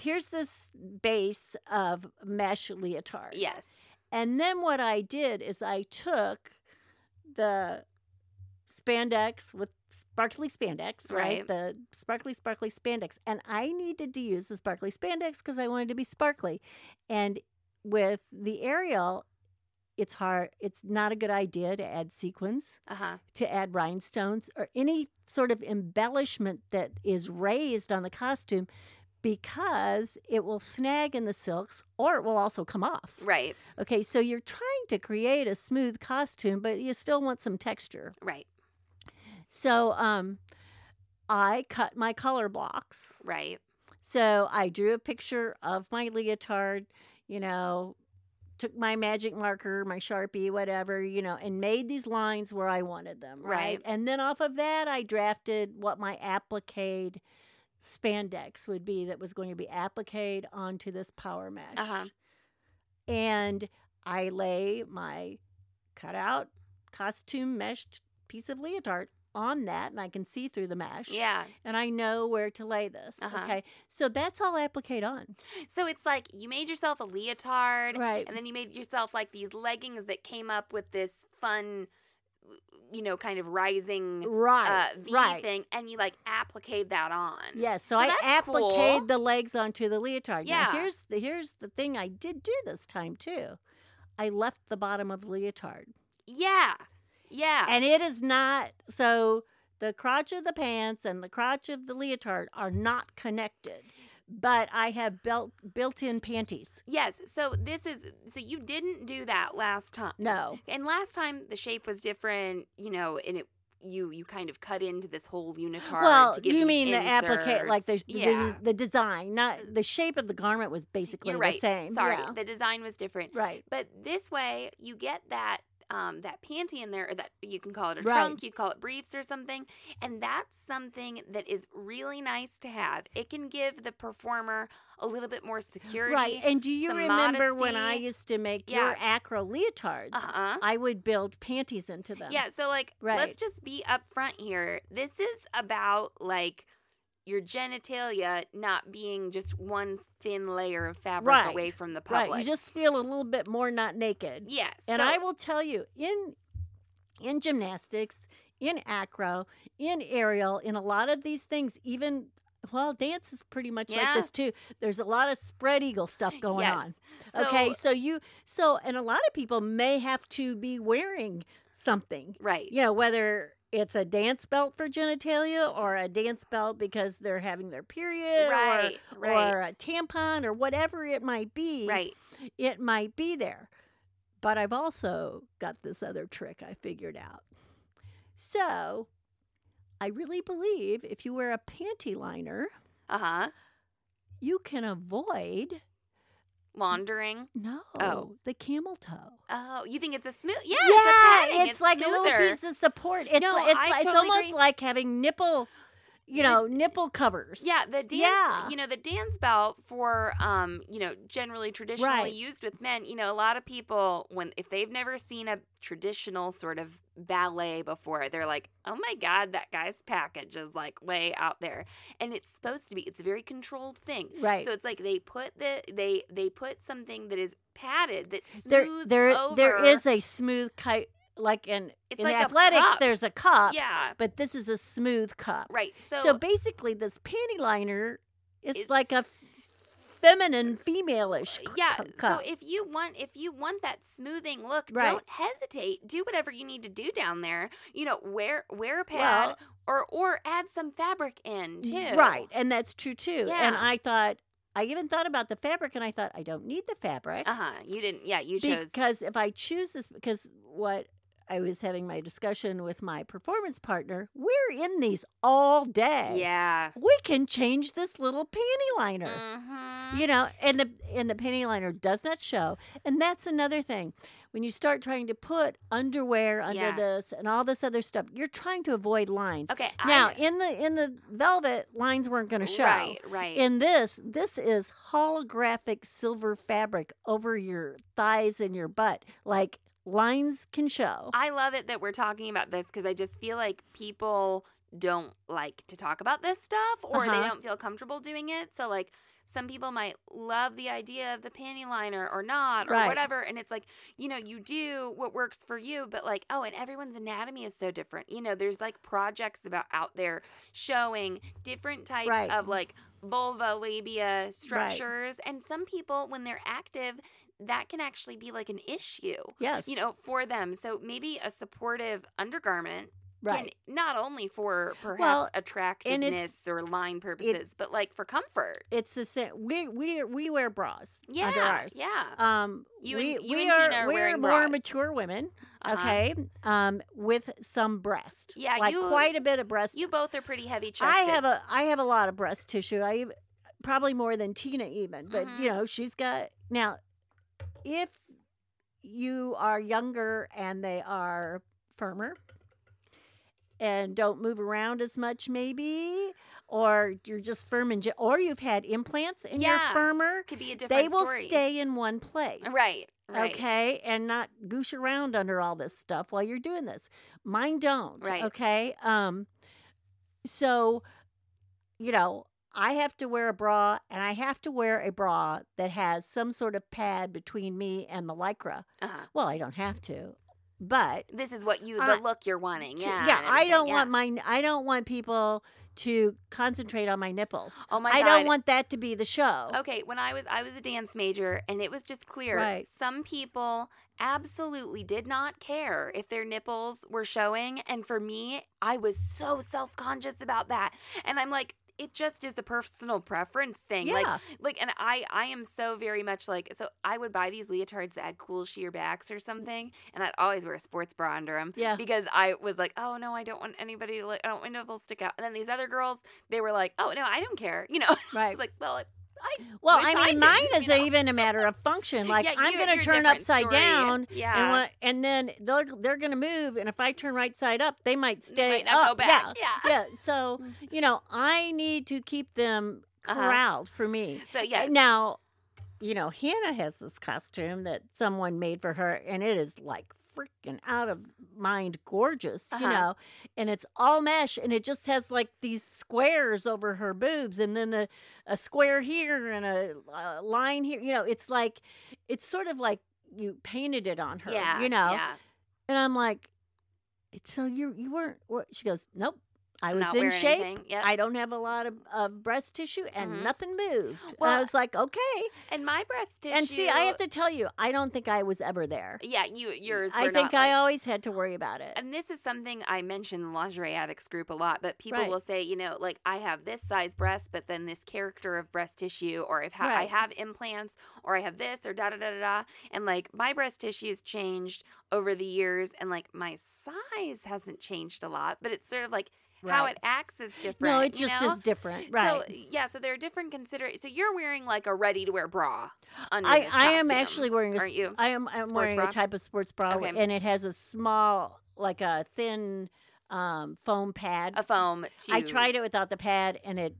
Speaker 3: here's this base of mesh leotard.
Speaker 1: yes.
Speaker 3: And then what I did is I took the spandex with sparkly spandex, right?
Speaker 1: Right.
Speaker 3: The sparkly, sparkly spandex. And I needed to use the sparkly spandex because I wanted to be sparkly. And with the Ariel, it's hard, it's not a good idea to add sequins,
Speaker 1: Uh huh.
Speaker 3: to add rhinestones, or any sort of embellishment that is raised on the costume because it will snag in the silks or it will also come off.
Speaker 1: Right.
Speaker 3: Okay, so you're trying to create a smooth costume, but you still want some texture.
Speaker 1: Right.
Speaker 3: So um, I cut my color blocks.
Speaker 1: Right.
Speaker 3: So I drew a picture of my leotard, you know, took my magic marker, my Sharpie, whatever, you know, and made these lines where I wanted them.
Speaker 1: Right.
Speaker 3: Right. And then off of that, I drafted what my applique spandex would be that was going to be appliqued onto this power mesh.
Speaker 1: Uh-huh.
Speaker 3: And I lay my cutout costume meshed piece of leotard on that, and I can see through the mesh
Speaker 1: Yeah.
Speaker 3: and I know where to lay this.
Speaker 1: Uh-huh.
Speaker 3: Okay. So that's all applique on.
Speaker 1: So it's like you made yourself a leotard,
Speaker 3: Right.
Speaker 1: and then you made yourself like these leggings that came up with this fun, you know, kind of rising uh,
Speaker 3: Right.
Speaker 1: V
Speaker 3: right.
Speaker 1: thing, and you like applique that on.
Speaker 3: Yes. So,
Speaker 1: So
Speaker 3: I
Speaker 1: that's
Speaker 3: applique
Speaker 1: cool.
Speaker 3: the legs onto the leotard.
Speaker 1: Yeah.
Speaker 3: Now here's the here's the thing I did do this time too. I left the bottom of the leotard.
Speaker 1: Yeah. Yeah.
Speaker 3: And it is not so the crotch of the pants and the crotch of the leotard are not connected. But I have built built in panties.
Speaker 1: yes. So this is so you didn't do that last time.
Speaker 3: No.
Speaker 1: And last time the shape was different, you know, and it you you kind of cut into this whole unitard.
Speaker 3: well,
Speaker 1: to give
Speaker 3: you
Speaker 1: these
Speaker 3: mean the applique, like the,
Speaker 1: inserts. Uh,
Speaker 3: the the design, not the shape of the garment was basically
Speaker 1: You're right.
Speaker 3: the same.
Speaker 1: Sorry,
Speaker 3: yeah.
Speaker 1: the design was different.
Speaker 3: right.
Speaker 1: But this way, you get that um, that panty in there, or that you can call it a
Speaker 3: Right.
Speaker 1: trunk, you call it briefs or something, and that's something that is really nice to have. It can give the performer a little bit more security.
Speaker 3: Right. And do you
Speaker 1: some
Speaker 3: remember when I
Speaker 1: modesty.
Speaker 3: used to make
Speaker 1: Yeah.
Speaker 3: your acro leotards?
Speaker 1: Uh huh.
Speaker 3: I would build panties into them.
Speaker 1: Yeah. So like, let's
Speaker 3: Right.
Speaker 1: just be upfront here. This is about like. Your genitalia not being just one thin layer of fabric
Speaker 3: Right.
Speaker 1: away from the public.
Speaker 3: Right. You just feel a little bit more not naked.
Speaker 1: yes,
Speaker 3: And
Speaker 1: so-
Speaker 3: I will tell you, in in gymnastics, in acro, in aerial, in a lot of these things, even well, dance is pretty much
Speaker 1: Yeah.
Speaker 3: like this too. There's a lot of spread eagle stuff going
Speaker 1: yes.
Speaker 3: on.
Speaker 1: So,
Speaker 3: okay, so you so and a lot of people may have to be wearing something.
Speaker 1: right.
Speaker 3: You know, whether it's a dance belt for genitalia or a dance belt because they're having their period or-
Speaker 1: right.
Speaker 3: or,
Speaker 1: right.
Speaker 3: a tampon or whatever it might be
Speaker 1: right.
Speaker 3: it might be there. But I've also got this other trick I figured out. So I really believe if you wear a panty liner,
Speaker 1: Uh huh.
Speaker 3: you can avoid
Speaker 1: Laundering.
Speaker 3: no
Speaker 1: Oh.
Speaker 3: the camel toe.
Speaker 1: Oh, you think it's a smooth? Yeah,
Speaker 3: yeah,
Speaker 1: it's a padding. It's,
Speaker 3: like
Speaker 1: smoother.
Speaker 3: a little piece of support. It's
Speaker 1: No,
Speaker 3: li- it's
Speaker 1: I
Speaker 3: li- it's
Speaker 1: totally
Speaker 3: almost
Speaker 1: agree.
Speaker 3: like having nipple, you know, nipple covers.
Speaker 1: Yeah, the dance,
Speaker 3: Yeah.
Speaker 1: you know, the dance belt for, um, you know, generally traditionally
Speaker 3: Right.
Speaker 1: used with men. You know, a lot of people when if they've never seen a traditional sort of ballet before, they're like, "Oh my god, that guy's package is like way out there," and it's supposed to be. It's a very controlled thing.
Speaker 3: Right.
Speaker 1: So it's like they put the they they put something that is padded that
Speaker 3: there
Speaker 1: smooths
Speaker 3: there
Speaker 1: over.
Speaker 3: there is a smooth ki- like in
Speaker 1: It's
Speaker 3: in
Speaker 1: like a
Speaker 3: athletics
Speaker 1: cup.
Speaker 3: there's a cup,
Speaker 1: yeah,
Speaker 3: but this is a smooth cup.
Speaker 1: right. So,
Speaker 3: So, basically, this panty liner is
Speaker 1: It-
Speaker 3: like a f- feminine, female-ish c-
Speaker 1: yeah
Speaker 3: cu-
Speaker 1: so
Speaker 3: cup.
Speaker 1: if you want if you want that smoothing look
Speaker 3: Right.
Speaker 1: don't hesitate do whatever you need to do down there you know wear wear a pad or or add some fabric in too
Speaker 3: Mm, Right, and that's true too. And
Speaker 1: Yeah.
Speaker 3: I thought, I even thought about the fabric, and I thought I don't need the fabric
Speaker 1: uh-huh you didn't yeah you chose
Speaker 3: because if I choose this, because what I was having my discussion with my performance partner, we're in these all day.
Speaker 1: yeah
Speaker 3: we can change this little panty liner.
Speaker 1: hmm
Speaker 3: you know and the and the panty liner does not show and that's another thing when you start trying to put underwear under
Speaker 1: Yeah.
Speaker 3: this and all this other stuff you're trying to avoid lines
Speaker 1: okay
Speaker 3: now
Speaker 1: I,
Speaker 3: in the in the velvet lines weren't going to show
Speaker 1: right right
Speaker 3: in this this is holographic silver fabric over your thighs and your butt like lines can show
Speaker 1: I love it that we're talking about this because I just feel like people don't like to talk about this stuff or they
Speaker 3: Uh-huh.
Speaker 1: don't feel comfortable doing it. So, like, some people might love the idea of the panty liner or not or
Speaker 3: Right.
Speaker 1: whatever. And it's like, you know, you do what works for you, but like, oh, and everyone's anatomy is so different. You know, there's like projects about out there showing different types
Speaker 3: Right.
Speaker 1: of like vulva labia structures. And some people, when they're active, that can actually be like an issue
Speaker 3: yes
Speaker 1: you know, for them. So maybe a supportive undergarment
Speaker 3: right
Speaker 1: can not only for perhaps
Speaker 3: Well,
Speaker 1: attractiveness or line purposes, but like for comfort.
Speaker 3: it's the same we we we wear bras
Speaker 1: Yeah,
Speaker 3: under ours
Speaker 1: yeah.
Speaker 3: Um,
Speaker 1: You
Speaker 3: we,
Speaker 1: and- you
Speaker 3: we
Speaker 1: and
Speaker 3: are,
Speaker 1: Tina are
Speaker 3: we're
Speaker 1: wearing
Speaker 3: more
Speaker 1: bras.
Speaker 3: mature women,
Speaker 1: Uh-huh.
Speaker 3: okay? Um, with some breast,
Speaker 1: Yeah,
Speaker 3: like
Speaker 1: you-
Speaker 3: quite a bit of breast.
Speaker 1: You both are pretty heavy chested.
Speaker 3: I have a I have a lot of breast tissue. I ev- probably more than Tina even, but
Speaker 1: Mhm.
Speaker 3: you know she's got now. If you are younger and they are firmer and don't move around as much, maybe, or you're just firm and ge- or you've had implants and
Speaker 1: Yeah.
Speaker 3: you're firmer.
Speaker 1: could be a different
Speaker 3: They will
Speaker 1: story.
Speaker 3: stay in one place.
Speaker 1: Right. Right.
Speaker 3: Okay, and not goosh around under all this stuff while you're doing this. Mine don't.
Speaker 1: Right.
Speaker 3: Okay. Um so you know, I have to wear a bra and I have to wear a bra that has some sort of pad between me and the lycra.
Speaker 1: Uh-huh.
Speaker 3: Well, I don't have to. But
Speaker 1: This is what you the
Speaker 3: I-
Speaker 1: look you're wanting.
Speaker 3: t-
Speaker 1: Yeah. and
Speaker 3: I
Speaker 1: everything,
Speaker 3: don't
Speaker 1: yeah.
Speaker 3: want my I don't want people to concentrate on my nipples.
Speaker 1: Oh my god.
Speaker 3: I
Speaker 1: Oh,
Speaker 3: don't want that to be the show.
Speaker 1: Okay, when I was I was a dance major and it was just clear
Speaker 3: Right.
Speaker 1: some people absolutely did not care if their nipples were showing and for me I was so self-conscious about that. And I'm like it just is a personal preference thing. Like
Speaker 3: Yeah.
Speaker 1: like and I I am so very much like so I would buy these leotards that had cool sheer backs or something and I'd always wear a sports bra under them
Speaker 3: Yeah.
Speaker 1: because I was like, "Oh no, I don't want anybody to look, I don't want my nipples to stick out." And then these other girls, they were like, "Oh no, I don't care." You know. I
Speaker 3: Right.
Speaker 1: was like, "Well, I, I
Speaker 3: Well,
Speaker 1: Wish I
Speaker 3: I mean,
Speaker 1: did,
Speaker 3: mine
Speaker 1: you
Speaker 3: is
Speaker 1: know?
Speaker 3: even a matter of function. Like
Speaker 1: Yeah,
Speaker 3: I'm
Speaker 1: you-
Speaker 3: going
Speaker 1: you're
Speaker 3: to
Speaker 1: a
Speaker 3: turn
Speaker 1: different
Speaker 3: upside
Speaker 1: story.
Speaker 3: down,
Speaker 1: Yeah.
Speaker 3: and, want, and then they're they're going to move. And if I turn right side up, they might
Speaker 1: They
Speaker 3: stay
Speaker 1: might not
Speaker 3: up.
Speaker 1: go back.
Speaker 3: Yeah.
Speaker 1: Yeah. Mm-hmm.
Speaker 3: yeah. So you know, I need to keep them
Speaker 1: Uh-huh.
Speaker 3: corralled for me.
Speaker 1: So yes.
Speaker 3: Eh, Now, you know, Hannah has this costume that someone made for her, and it is like freaking out of mind gorgeous,
Speaker 1: Uh-huh.
Speaker 3: you know, and it's all mesh, and it just has like these squares over her boobs, and then a, a square here and a, a line here. You know, it's like, it's sort of like you painted it on her,
Speaker 1: yeah.
Speaker 3: you know,
Speaker 1: Yeah.
Speaker 3: and I'm like, so you you weren't. What? She goes, nope. I
Speaker 1: I'm
Speaker 3: was
Speaker 1: not
Speaker 3: in
Speaker 1: wearing
Speaker 3: shape.
Speaker 1: anything. Yep.
Speaker 3: I don't have a lot of, of breast tissue and
Speaker 1: Mhm.
Speaker 3: nothing moved. and
Speaker 1: Well,
Speaker 3: I was like, okay.
Speaker 1: and my breast tissue.
Speaker 3: And see, I have to tell you, I don't think I was ever there.
Speaker 1: Yeah, you yours.
Speaker 3: I
Speaker 1: were
Speaker 3: think
Speaker 1: not,
Speaker 3: I
Speaker 1: like-
Speaker 3: always had to worry about it.
Speaker 1: And this is something I mention the lingerie addicts group a lot, but people
Speaker 3: Right.
Speaker 1: will say, you know, like I have this size breast, but then this character of breast tissue, or I've ha- I
Speaker 3: Right.
Speaker 1: have implants, or I have this, or da da da da da. And like my breast tissue's changed over the years, and like my size hasn't changed a lot, but it's sort of like how
Speaker 3: Right.
Speaker 1: it acts is different.
Speaker 3: No, it
Speaker 1: you
Speaker 3: just
Speaker 1: know?
Speaker 3: is different. Right.
Speaker 1: So yeah, so there are different considerations. So you're wearing like a ready-to-wear bra. Under
Speaker 3: I,
Speaker 1: this
Speaker 3: I am
Speaker 1: costume,
Speaker 3: actually wearing a
Speaker 1: Aren't you?
Speaker 3: I am I'm
Speaker 1: Sports
Speaker 3: wearing
Speaker 1: bra?
Speaker 3: a type of sports bra
Speaker 1: Okay.
Speaker 3: and it has a small like a thin um, foam pad.
Speaker 1: A foam. To,
Speaker 3: I tried it without the pad and it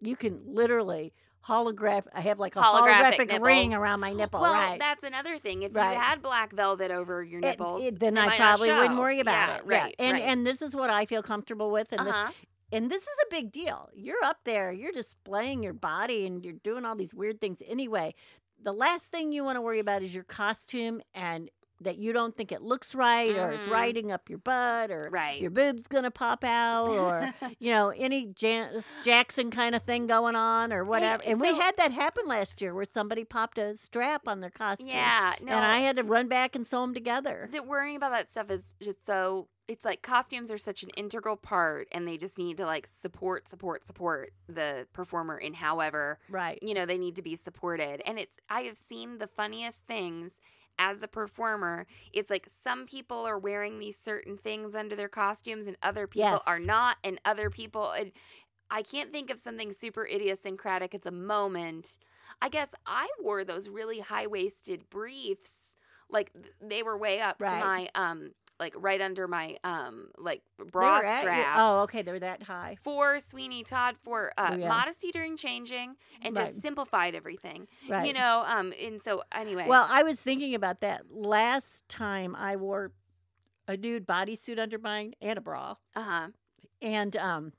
Speaker 3: you can literally holograph I have like a
Speaker 1: Holographic
Speaker 3: holographic,
Speaker 1: nipples.
Speaker 3: ring around my nipple,
Speaker 1: Well,
Speaker 3: right?
Speaker 1: that's another thing. If
Speaker 3: Right.
Speaker 1: you had black velvet over your
Speaker 3: It-
Speaker 1: nipples,
Speaker 3: it- then
Speaker 1: it
Speaker 3: I
Speaker 1: might not
Speaker 3: probably wouldn't
Speaker 1: show.
Speaker 3: worry about
Speaker 1: Yeah,
Speaker 3: it.
Speaker 1: Right.
Speaker 3: yeah. And
Speaker 1: right.
Speaker 3: and this is what I feel comfortable with and this
Speaker 1: uh-huh.
Speaker 3: and this is a big deal. You're up there, you're displaying your body and you're doing all these weird things anyway. The last thing you want to worry about is your costume and that you don't think it looks right or it's
Speaker 1: Mhm.
Speaker 3: riding up your butt or
Speaker 1: Right.
Speaker 3: your boob's going to pop out or you know any Janice Jackson kind of thing going on or whatever. and we
Speaker 1: so-
Speaker 3: had that happen last year where somebody popped a strap on their costume.
Speaker 1: yeah. No.
Speaker 3: And I had to run back and sew them together.
Speaker 1: that worrying about that stuff is just so. It's like costumes are such an integral part, and they just need to like support, support, support the performer in however
Speaker 3: Right.
Speaker 1: you know they need to be supported and it's i have seen the funniest things as a performer it's like some people are wearing these certain things under their costumes and other people
Speaker 3: Yes.
Speaker 1: are not and other people and i can't think of something super idiosyncratic at the moment i guess i wore those really high-waisted briefs like th- they were way up to
Speaker 3: Right.
Speaker 1: my um like right under my um like
Speaker 3: They
Speaker 1: bra
Speaker 3: were at-
Speaker 1: strap
Speaker 3: Oh, okay, they were that high.
Speaker 1: for Sweeney Todd for uh,
Speaker 3: Yeah.
Speaker 1: modesty during changing and
Speaker 3: Right.
Speaker 1: just simplified everything.
Speaker 3: Right.
Speaker 1: You know, um, and so anyway,
Speaker 3: Well, I was thinking about that last time I wore a nude bodysuit under mine and a bra,
Speaker 1: uh huh,
Speaker 3: and um,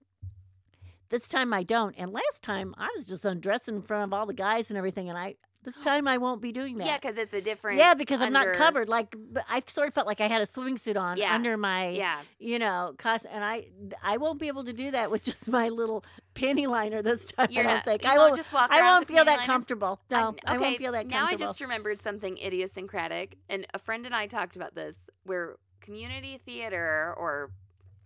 Speaker 3: this time I don't. And last time I was just undressing in front of all the guys and everything, and I this time I won't be doing
Speaker 1: Oh. yeah,
Speaker 3: that.
Speaker 1: because it's a different,
Speaker 3: yeah, because I'm not
Speaker 1: under-
Speaker 3: covered. Like but I sort of felt like I had a swimming suit on
Speaker 1: Yeah.
Speaker 3: under my,
Speaker 1: Yeah,
Speaker 3: you know, cost, and I I won't be able to do that with just my little panty liner this time.
Speaker 1: you're
Speaker 3: I don't
Speaker 1: not.
Speaker 3: think
Speaker 1: you
Speaker 3: I
Speaker 1: won't
Speaker 3: won't.
Speaker 1: just walk
Speaker 3: I
Speaker 1: around
Speaker 3: won't
Speaker 1: with a
Speaker 3: feel
Speaker 1: panty
Speaker 3: that
Speaker 1: liner?
Speaker 3: comfortable. No,
Speaker 1: n-
Speaker 3: I, won't
Speaker 1: okay,
Speaker 3: feel that
Speaker 1: Now I
Speaker 3: comfortable.
Speaker 1: just remembered something idiosyncratic, and a friend and I talked about this, where community theater or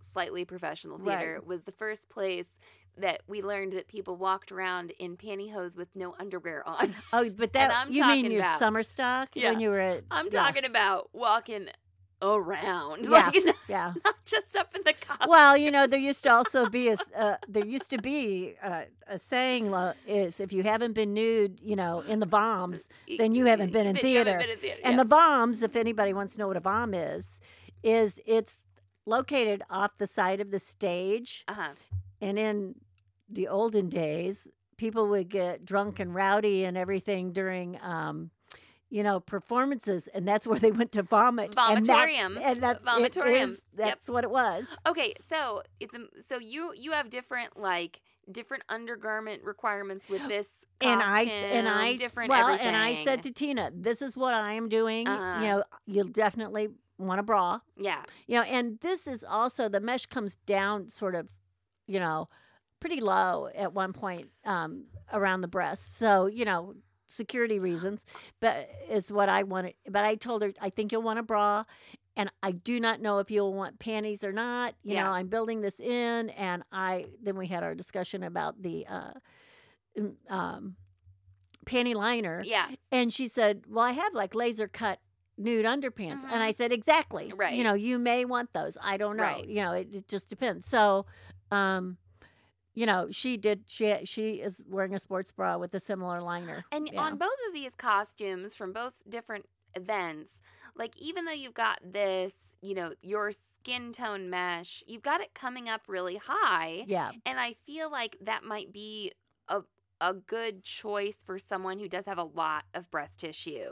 Speaker 1: slightly professional
Speaker 3: Right.
Speaker 1: theater was the first place that we learned that people walked around in pantyhose with no underwear on.
Speaker 3: Oh, but that
Speaker 1: I'm
Speaker 3: you mean
Speaker 1: talking
Speaker 3: your
Speaker 1: about-
Speaker 3: summer stock
Speaker 1: Yeah.
Speaker 3: when you were at
Speaker 1: I'm
Speaker 3: yeah,
Speaker 1: talking about walking around,
Speaker 3: Yeah.
Speaker 1: like
Speaker 3: Yeah.
Speaker 1: not just up in the cup.
Speaker 3: Well, you know, there used to also be a s- uh, there used to be uh, a saying lo- is if you haven't been nude, you know, in the bombs, then you haven't been in
Speaker 1: Then you haven't
Speaker 3: theater.
Speaker 1: been in theater,
Speaker 3: and
Speaker 1: yeah.
Speaker 3: the bombs. If anybody wants to know what a bomb is, is it's located off the side of the stage,
Speaker 1: uh-huh.
Speaker 3: and in the olden days, people would get drunk and rowdy and everything during. Um, you know, performances, and that's where they went to vomit. And that-
Speaker 1: Vomitorium.
Speaker 3: And that, it
Speaker 1: Vomitorium.
Speaker 3: is-
Speaker 1: Yep.
Speaker 3: that's what it was.
Speaker 1: Okay, so it's a, so you you have different like different undergarment requirements with this
Speaker 3: and I s-
Speaker 1: costume,
Speaker 3: and I s-
Speaker 1: different
Speaker 3: well,
Speaker 1: everything.
Speaker 3: and I said to Tina, "This is what I am doing.
Speaker 1: Uh-huh.
Speaker 3: You know, you'll definitely want a bra.
Speaker 1: yeah
Speaker 3: You know, and this is also the mesh comes down sort of, you know, pretty low at one point um, around the breast. So you know." Security reasons, but is what I wanted. But I told her, I think you'll want a bra, and I do not know if you'll want panties or not. You
Speaker 1: Yeah.
Speaker 3: know, I'm building this in, and I then we had our discussion about the uh, m- um, panty liner,
Speaker 1: yeah
Speaker 3: and she said, Well, I have like laser cut nude underpants. And I said, Exactly.
Speaker 1: Mm-hmm. Right.
Speaker 3: You know, you may want those. I don't know.
Speaker 1: Right.
Speaker 3: You know, it, it just depends. So, um, you know, she did. She she is wearing a sports bra with a similar liner.
Speaker 1: And
Speaker 3: Yeah.
Speaker 1: on both of these costumes from both different events, like even though you've got this, you know, your skin tone mesh, you've got it coming up really high.
Speaker 3: yeah,
Speaker 1: And I feel like that might be a a good choice for someone who does have a lot of breast tissue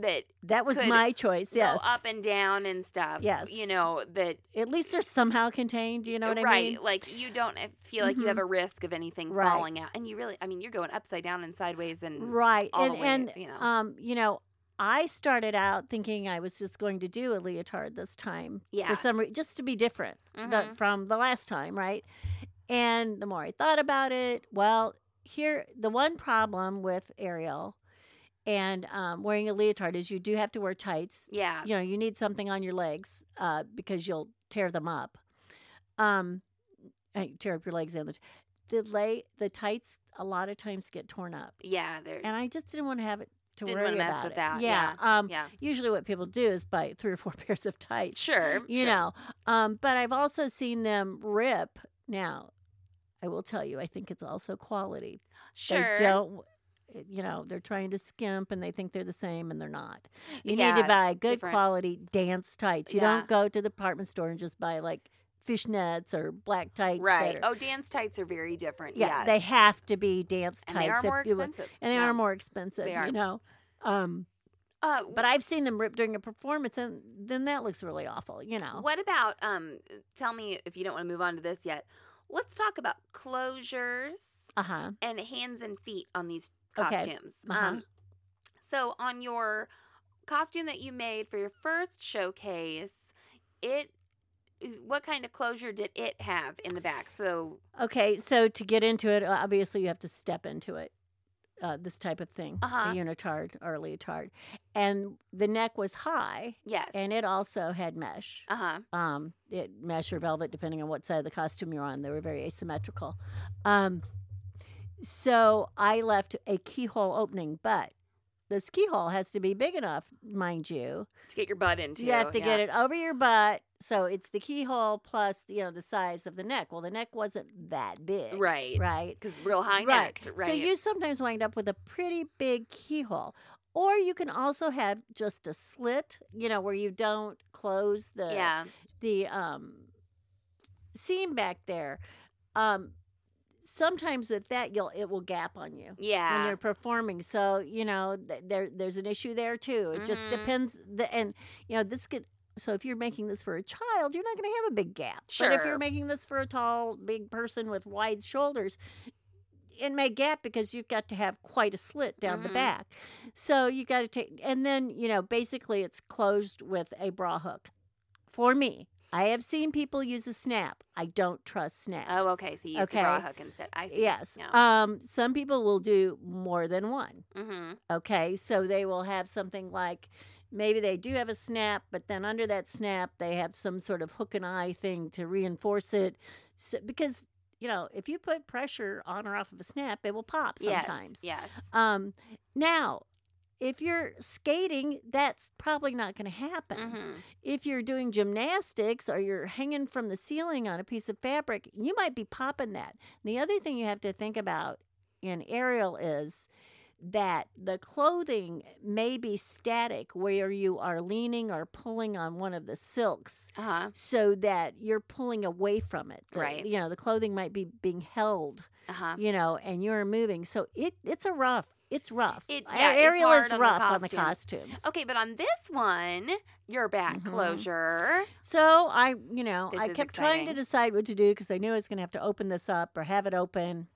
Speaker 1: that
Speaker 3: that was
Speaker 1: could
Speaker 3: my choice. Yes,
Speaker 1: go up and down and stuff.
Speaker 3: Yes.
Speaker 1: You know, that
Speaker 3: at least they're somehow contained. You know what
Speaker 1: right.
Speaker 3: I mean?
Speaker 1: Like you don't e, feel like you have
Speaker 3: Mhm.
Speaker 1: a risk of anything
Speaker 3: Right.
Speaker 1: falling out. And you really I mean, you're going upside down and sideways and
Speaker 3: Right.
Speaker 1: all
Speaker 3: and uh,
Speaker 1: the way,
Speaker 3: and
Speaker 1: you know.
Speaker 3: um, you know, I started out thinking I was just going to do a leotard this time
Speaker 1: Yeah.
Speaker 3: for some reason, just to be different the,
Speaker 1: Mhm.
Speaker 3: from the last time, right? And the more I thought about it, well, here the one problem with Ariel and um, wearing a leotard is you do have to wear tights.
Speaker 1: Yeah.
Speaker 3: You know, you need something on your legs uh, because you'll tear them up. Um, uh, tear up your legs and the t- the lay the tights a lot of times get torn up
Speaker 1: Yeah. There.
Speaker 3: and I just didn't want to have it to
Speaker 1: Didn't
Speaker 3: worry
Speaker 1: wanna mess
Speaker 3: about
Speaker 1: with
Speaker 3: it.
Speaker 1: that,
Speaker 3: Yeah. Um,
Speaker 1: yeah.
Speaker 3: Usually, what people do is buy three or four pairs of tights.
Speaker 1: Sure.
Speaker 3: You
Speaker 1: sure.
Speaker 3: know, um, but I've also seen them rip. Now, I will tell you, I think it's also quality.
Speaker 1: Sure.
Speaker 3: They don't. eh, You know, they're trying to skimp and they think they're the same and they're not. You need
Speaker 1: Yeah,
Speaker 3: to buy good
Speaker 1: different.
Speaker 3: quality dance tights. You
Speaker 1: Yeah.
Speaker 3: don't go to the department store and just buy like fishnets or black tights. that
Speaker 1: Right.
Speaker 3: are-
Speaker 1: Oh, dance tights are very different.
Speaker 3: yeah,
Speaker 1: yes.
Speaker 3: they have to be dance
Speaker 1: And
Speaker 3: tights.
Speaker 1: they are
Speaker 3: if
Speaker 1: more
Speaker 3: you would-
Speaker 1: expensive.
Speaker 3: and they
Speaker 1: yeah.
Speaker 3: are more expensive.
Speaker 1: They are.
Speaker 3: You know, um,
Speaker 1: Uh,
Speaker 3: but I've seen them rip during a performance, and then that looks really awful. You know,
Speaker 1: What about um tell me if you don't want to move on to this yet. Let's talk about closures
Speaker 3: uh huh.
Speaker 1: and hands and feet on these
Speaker 3: Okay.
Speaker 1: costumes.
Speaker 3: Uh-huh.
Speaker 1: Um so on your costume that you made for your first showcase, it eh, what kind of closure did it have in the back? So
Speaker 3: Okay, so to get into it, obviously you have to step into it. Uh, this type of thing,
Speaker 1: Uh-huh.
Speaker 3: a unitard or a leotard, and the neck was high,
Speaker 1: yes.
Speaker 3: and it also had mesh.
Speaker 1: uh-huh.
Speaker 3: um, it, mesh or velvet, depending on what side of the costume you're on. They were very asymmetrical. Um, so I left a keyhole opening, but this keyhole has to be big enough, mind you.
Speaker 1: To get your butt into.
Speaker 3: You have to get it over your butt. So it's the keyhole plus, you know, the size of the neck. Well, the neck wasn't that big.
Speaker 1: Right.
Speaker 3: Right.
Speaker 1: Cuz real high necked, right?
Speaker 3: So you sometimes wind up with a pretty big keyhole. Or you can also have just a slit, you know, where you don't close the
Speaker 1: yeah.
Speaker 3: the um, seam back there. Um, sometimes with that, you'll it will gap on you when
Speaker 1: Yeah.
Speaker 3: you're performing. So you know th- there there's an issue there too. It just
Speaker 1: Mhm.
Speaker 3: depends. The, and you know this could. So if you're making this for a child, you're not going to have a big gap. But if
Speaker 1: Sure.
Speaker 3: you're making this for a tall, big person with wide shoulders, it may gap because you've got to have quite a slit down
Speaker 1: Mhm.
Speaker 3: the back. So you got to take, and then you know, basically, it's closed with a bra hook. For me, I have seen people use a snap. I don't trust snaps.
Speaker 1: Oh, okay. So you used a bra
Speaker 3: Okay.
Speaker 1: hook instead. I see.
Speaker 3: Yes.
Speaker 1: Yeah.
Speaker 3: Um, some people will do more than one.
Speaker 1: mm-hmm.
Speaker 3: Okay, so they will have something like maybe they do have a snap, but then under that snap they have some sort of hook and eye thing to reinforce it. So, because you know, if you put pressure on or off of a snap, it will pop sometimes.
Speaker 1: Yes. yes.
Speaker 3: Um, now, if you're skating, that's probably not going to happen.
Speaker 1: Mhm.
Speaker 3: If you're doing gymnastics or you're hanging from the ceiling on a piece of fabric, you might be popping that. the other thing you have to think about in aerial is that the clothing may be static where you are leaning or pulling on one of the silks
Speaker 1: Uh-huh.
Speaker 3: so that you're pulling away from it. The-
Speaker 1: Right.
Speaker 3: You know, the clothing might be being held
Speaker 1: Uh-huh.
Speaker 3: you know, and you're moving. So it it's a rough. It's rough.
Speaker 1: It-
Speaker 3: A-
Speaker 1: yeah, it's
Speaker 3: Ariel
Speaker 1: hard
Speaker 3: is
Speaker 1: on the
Speaker 3: rough on the
Speaker 1: costume.
Speaker 3: costumes.
Speaker 1: Okay, but on this one, your back
Speaker 3: Mhm.
Speaker 1: closure.
Speaker 3: So I, you know,
Speaker 1: This
Speaker 3: I
Speaker 1: is
Speaker 3: kept trying to
Speaker 1: exciting.
Speaker 3: decide what to do because I knew I was going to have to open this up or have it open,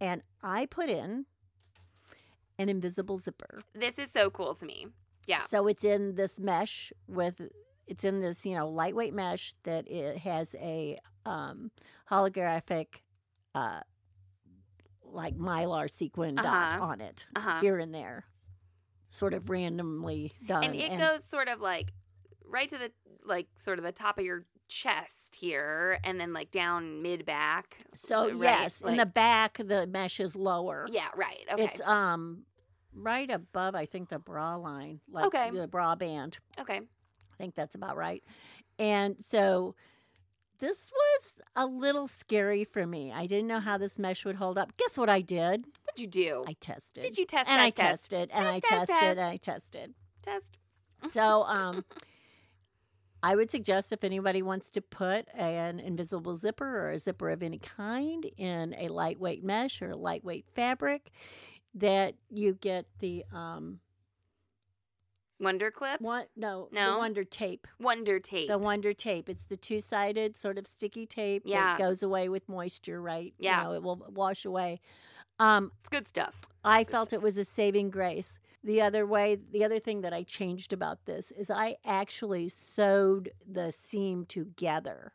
Speaker 3: and I put in an invisible zipper.
Speaker 1: This is so cool to me. Yeah.
Speaker 3: So it's in this mesh with it's in this you know lightweight mesh that it has a um, holographic. Uh, like mylar sequin dot
Speaker 1: Uh-huh.
Speaker 3: on it.
Speaker 1: Uh-huh.
Speaker 3: here and there, sort of randomly done.
Speaker 1: And it goes sort of like right to the like sort of the top of your chest here and then like down mid back.
Speaker 3: so yes, in the back the mesh is lower.
Speaker 1: Yeah, right. Okay.
Speaker 3: It's um right above I think the bra line, like
Speaker 1: Okay.
Speaker 3: the bra band.
Speaker 1: okay.
Speaker 3: I think that's about right. And so this was a little scary for me. I didn't know how this mesh would hold up. Guess what I did?
Speaker 1: What'd you do?
Speaker 3: I tested.
Speaker 1: Oh. Did you test
Speaker 3: and
Speaker 1: test,
Speaker 3: I
Speaker 1: test,
Speaker 3: tested and I
Speaker 1: Test, test,
Speaker 3: tested
Speaker 1: test.
Speaker 3: and I tested.
Speaker 1: test?
Speaker 3: So, um, I would suggest if anybody wants to put an invisible zipper or a zipper of any kind in a lightweight mesh or a lightweight fabric, that you get the um,
Speaker 1: Wonder clips?
Speaker 3: one no,
Speaker 1: No?
Speaker 3: the wonder tape.
Speaker 1: Wonder tape.
Speaker 3: The wonder tape. It's the two sided sort of sticky tape
Speaker 1: Yeah.
Speaker 3: that goes away with moisture, right?
Speaker 1: Yeah.
Speaker 3: You know, it will wash away. Um,
Speaker 1: it's good stuff.
Speaker 3: I
Speaker 1: Good
Speaker 3: felt it was a saving grace. The other way, the other thing that I changed about this is I actually sewed the seam together.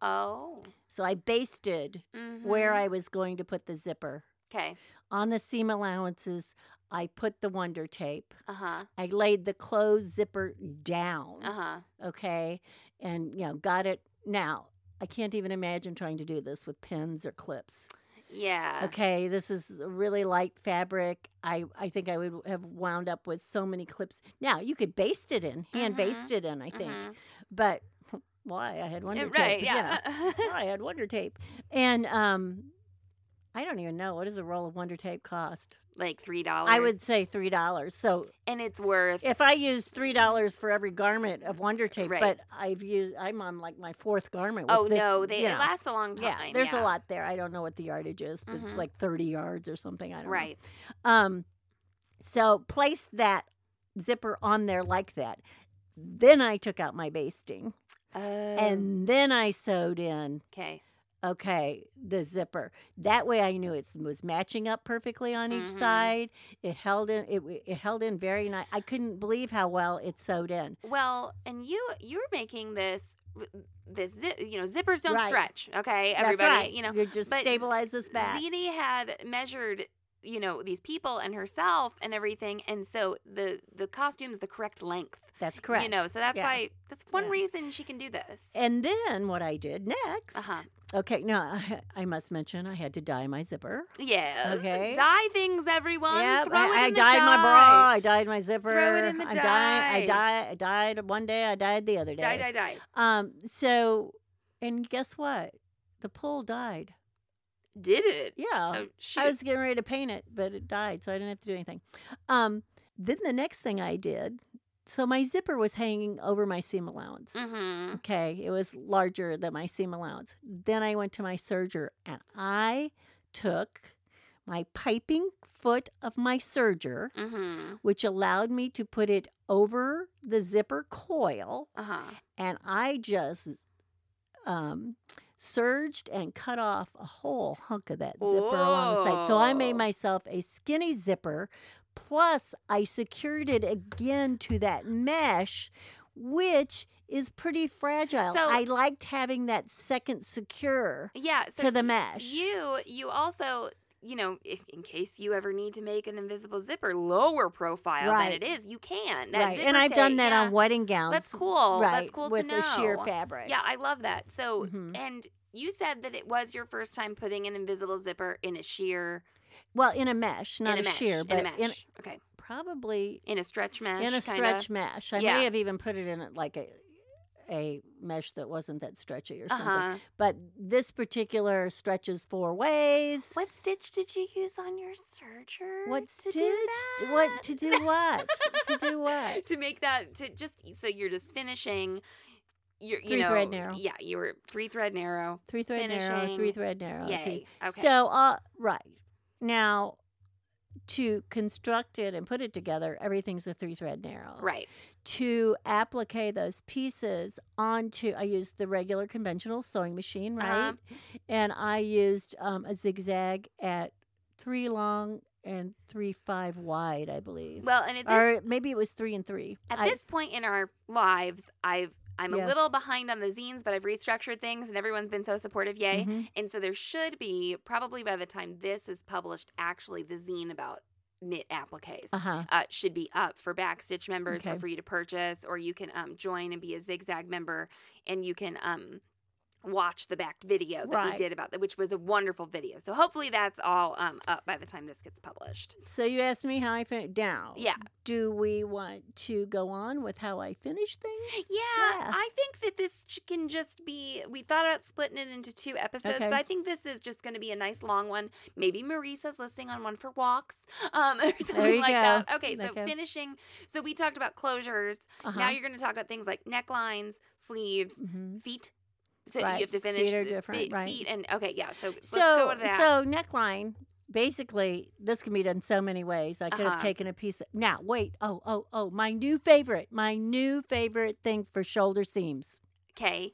Speaker 1: Oh.
Speaker 3: So I basted where
Speaker 1: mhm.
Speaker 3: I was going to put the zipper.
Speaker 1: Okay.
Speaker 3: On the seam allowances, I put the wonder tape.
Speaker 1: Uh huh.
Speaker 3: I laid the closed zipper down.
Speaker 1: Uh huh.
Speaker 3: okay and you know got it now i can't even imagine trying to do this with pins or clips
Speaker 1: Yeah.
Speaker 3: okay this is a really light fabric i i think i would have wound up with so many clips now you could baste it in hand
Speaker 1: Mhm.
Speaker 3: baste it in i think
Speaker 1: Mhm.
Speaker 3: but why i had wonder
Speaker 1: Yeah,
Speaker 3: tape
Speaker 1: Eh, Right. Yeah.
Speaker 3: why i had wonder tape and um i don't even know what does a roll of wonder tape cost
Speaker 1: like three dollars.
Speaker 3: i would say three dollars so
Speaker 1: and it's worth.
Speaker 3: if I use three dollars for every garment of Wonder Tape,
Speaker 1: Right.
Speaker 3: but I've used I'm on like my fourth garment. With
Speaker 1: oh
Speaker 3: this,
Speaker 1: no, they
Speaker 3: you
Speaker 1: it
Speaker 3: know.
Speaker 1: lasts a long
Speaker 3: Yeah,
Speaker 1: time.
Speaker 3: there's a lot there. I don't know what the yardage is, but it's
Speaker 1: Mhm.
Speaker 3: like thirty yards or something. I don't know.
Speaker 1: Right.
Speaker 3: Um, so place that zipper on there like that. Then I took out my basting,
Speaker 1: Oh,
Speaker 3: and then I sewed in.
Speaker 1: okay.
Speaker 3: Okay, the zipper. That way, I knew it was matching up perfectly on each
Speaker 1: Mhm.
Speaker 3: side. It held in. It w- it held in very nice. I couldn't believe how well it sewed in.
Speaker 1: Well, and you you're making this this zip, you know zippers don't
Speaker 3: Right.
Speaker 1: stretch. Okay,
Speaker 3: That's
Speaker 1: everybody.
Speaker 3: right.
Speaker 1: You know,
Speaker 3: you just
Speaker 1: but
Speaker 3: stabilize this back.
Speaker 1: Ziti had measured you know these people and herself and everything, and so the the costume's the correct length.
Speaker 3: That's correct.
Speaker 1: You know, so that's
Speaker 3: Yeah.
Speaker 1: why that's one
Speaker 3: Yeah. Eh,
Speaker 1: reason she can do this.
Speaker 3: and then what I did next?
Speaker 1: Uh-huh.
Speaker 3: Okay, no, I, I must mention I had to dye my zipper.
Speaker 1: yeah.
Speaker 3: Okay.
Speaker 1: Dye things, everyone.
Speaker 3: Yep,
Speaker 1: Throw it
Speaker 3: I, I
Speaker 1: in the
Speaker 3: dyed my
Speaker 1: dye.
Speaker 3: bra. I dyed my zipper.
Speaker 1: in the
Speaker 3: I dyed.
Speaker 1: dye.
Speaker 3: I dyed. I dyed one day. I dyed the other day.
Speaker 1: Dye, dye, dye.
Speaker 3: Um. So, and guess what? The pool died.
Speaker 1: Did it?
Speaker 3: Yeah.
Speaker 1: Oh, shoot.
Speaker 3: I was getting ready to paint it, but it died, so I didn't have to do anything. Um, then the next thing I did, so my zipper was hanging over my seam allowance.
Speaker 1: Mm-hmm.
Speaker 3: Okay, it was larger than my seam allowance. Then I went to my serger and I took my piping foot of my serger,
Speaker 1: Mm-hmm.
Speaker 3: which allowed me to put it over the zipper coil,
Speaker 1: Uh huh.
Speaker 3: and I just um, surged and cut off a whole hunk of that zipper along the side. So I made
Speaker 1: Whoa.
Speaker 3: myself a skinny zipper. Plus, I secured it again to that mesh, which is pretty fragile.
Speaker 1: So-
Speaker 3: I liked having that second secure
Speaker 1: Yeah. So
Speaker 3: to the mesh.
Speaker 1: you you also you know if, in case you ever need to make an invisible zipper lower profile
Speaker 3: Right.
Speaker 1: than it is, you can. That
Speaker 3: right, and
Speaker 1: zipper
Speaker 3: I've done
Speaker 1: tape,
Speaker 3: that
Speaker 1: yeah.
Speaker 3: on wedding gowns.
Speaker 1: That's cool.
Speaker 3: Right,
Speaker 1: That's cool
Speaker 3: with
Speaker 1: to know.
Speaker 3: a sheer fabric.
Speaker 1: Yeah, I love that. So
Speaker 3: Mhm.
Speaker 1: and you said that it was your first time putting an invisible zipper in a sheer
Speaker 3: Well, in a mesh, not
Speaker 1: in a mesh,
Speaker 3: sheer, but
Speaker 1: in a mesh. okay.
Speaker 3: probably
Speaker 1: In a stretch mesh.
Speaker 3: in
Speaker 1: kinda.
Speaker 3: a stretch mesh. I
Speaker 1: Yeah.
Speaker 3: may have even put it in a, like a a mesh that wasn't that stretchy or something.
Speaker 1: Uh-huh.
Speaker 3: But this particular stretches four ways.
Speaker 1: What stitch did you use on your serger?
Speaker 3: What
Speaker 1: to
Speaker 3: stitch?
Speaker 1: do
Speaker 3: d- What
Speaker 1: that?
Speaker 3: to do? What to do? What?
Speaker 1: to make that to just so you're just finishing your you
Speaker 3: Three
Speaker 1: know
Speaker 3: thread narrow.
Speaker 1: yeah you were three thread narrow
Speaker 3: Three thread narrow.
Speaker 1: Finishing.
Speaker 3: Three thread narrow.
Speaker 1: yay
Speaker 3: three-
Speaker 1: okay
Speaker 3: So, uh, right now, to construct it and put it together, everything's a three thread narrow.
Speaker 1: right
Speaker 3: To applique those pieces onto, I used the regular conventional sewing machine, right?
Speaker 1: Uh-huh.
Speaker 3: and I used um, a zigzag at three long and three five wide, I believe,
Speaker 1: well and at this,
Speaker 3: or maybe it was three and three.
Speaker 1: at
Speaker 3: I-
Speaker 1: this point in our lives i've i'm
Speaker 3: Yeah.
Speaker 1: a little behind on the zines but i've restructured things and everyone's been so supportive yay
Speaker 3: Mhm.
Speaker 1: and so there should be probably by the time this is published actually the zine about knit appliques
Speaker 3: Uh-huh.
Speaker 1: uh, should be up for Backstitch members or
Speaker 3: Okay.
Speaker 1: for you to purchase, or you can um, join and be a Zigzag member, and you can um, watch the backed video that
Speaker 3: Right.
Speaker 1: we did about that, which was a wonderful video. So hopefully that's all um, up by the time this gets published.
Speaker 3: So you asked me how I finished. Now,
Speaker 1: Yeah.
Speaker 3: Do we want to go on with how I finish things?
Speaker 1: Yeah,
Speaker 3: Yeah.
Speaker 1: I think that this sh- can just be. We thought about splitting it into two episodes,
Speaker 3: Okay.
Speaker 1: but I think this is just going to be a nice long one. Maybe Marisa's listening on one for walks um, or something
Speaker 3: you
Speaker 1: like that.
Speaker 3: go.
Speaker 1: Okay, so
Speaker 3: Okay.
Speaker 1: finishing. So we talked about closures.
Speaker 3: Uh-huh.
Speaker 1: Now you're going to talk about things like necklines, sleeves,
Speaker 3: Mhm.
Speaker 1: feet. So
Speaker 3: Right,
Speaker 1: you have to
Speaker 3: feet
Speaker 1: finish
Speaker 3: are
Speaker 1: the
Speaker 3: different,
Speaker 1: fe-
Speaker 3: right.
Speaker 1: feet and okay, yeah. So, let's
Speaker 3: So,
Speaker 1: go to that.
Speaker 3: so neckline. Basically, this can be done so many ways. I could have
Speaker 1: Uh-huh.
Speaker 3: taken a piece. Of, now, wait. Oh, oh, oh! My new favorite. My new favorite thing for shoulder seams
Speaker 1: okay,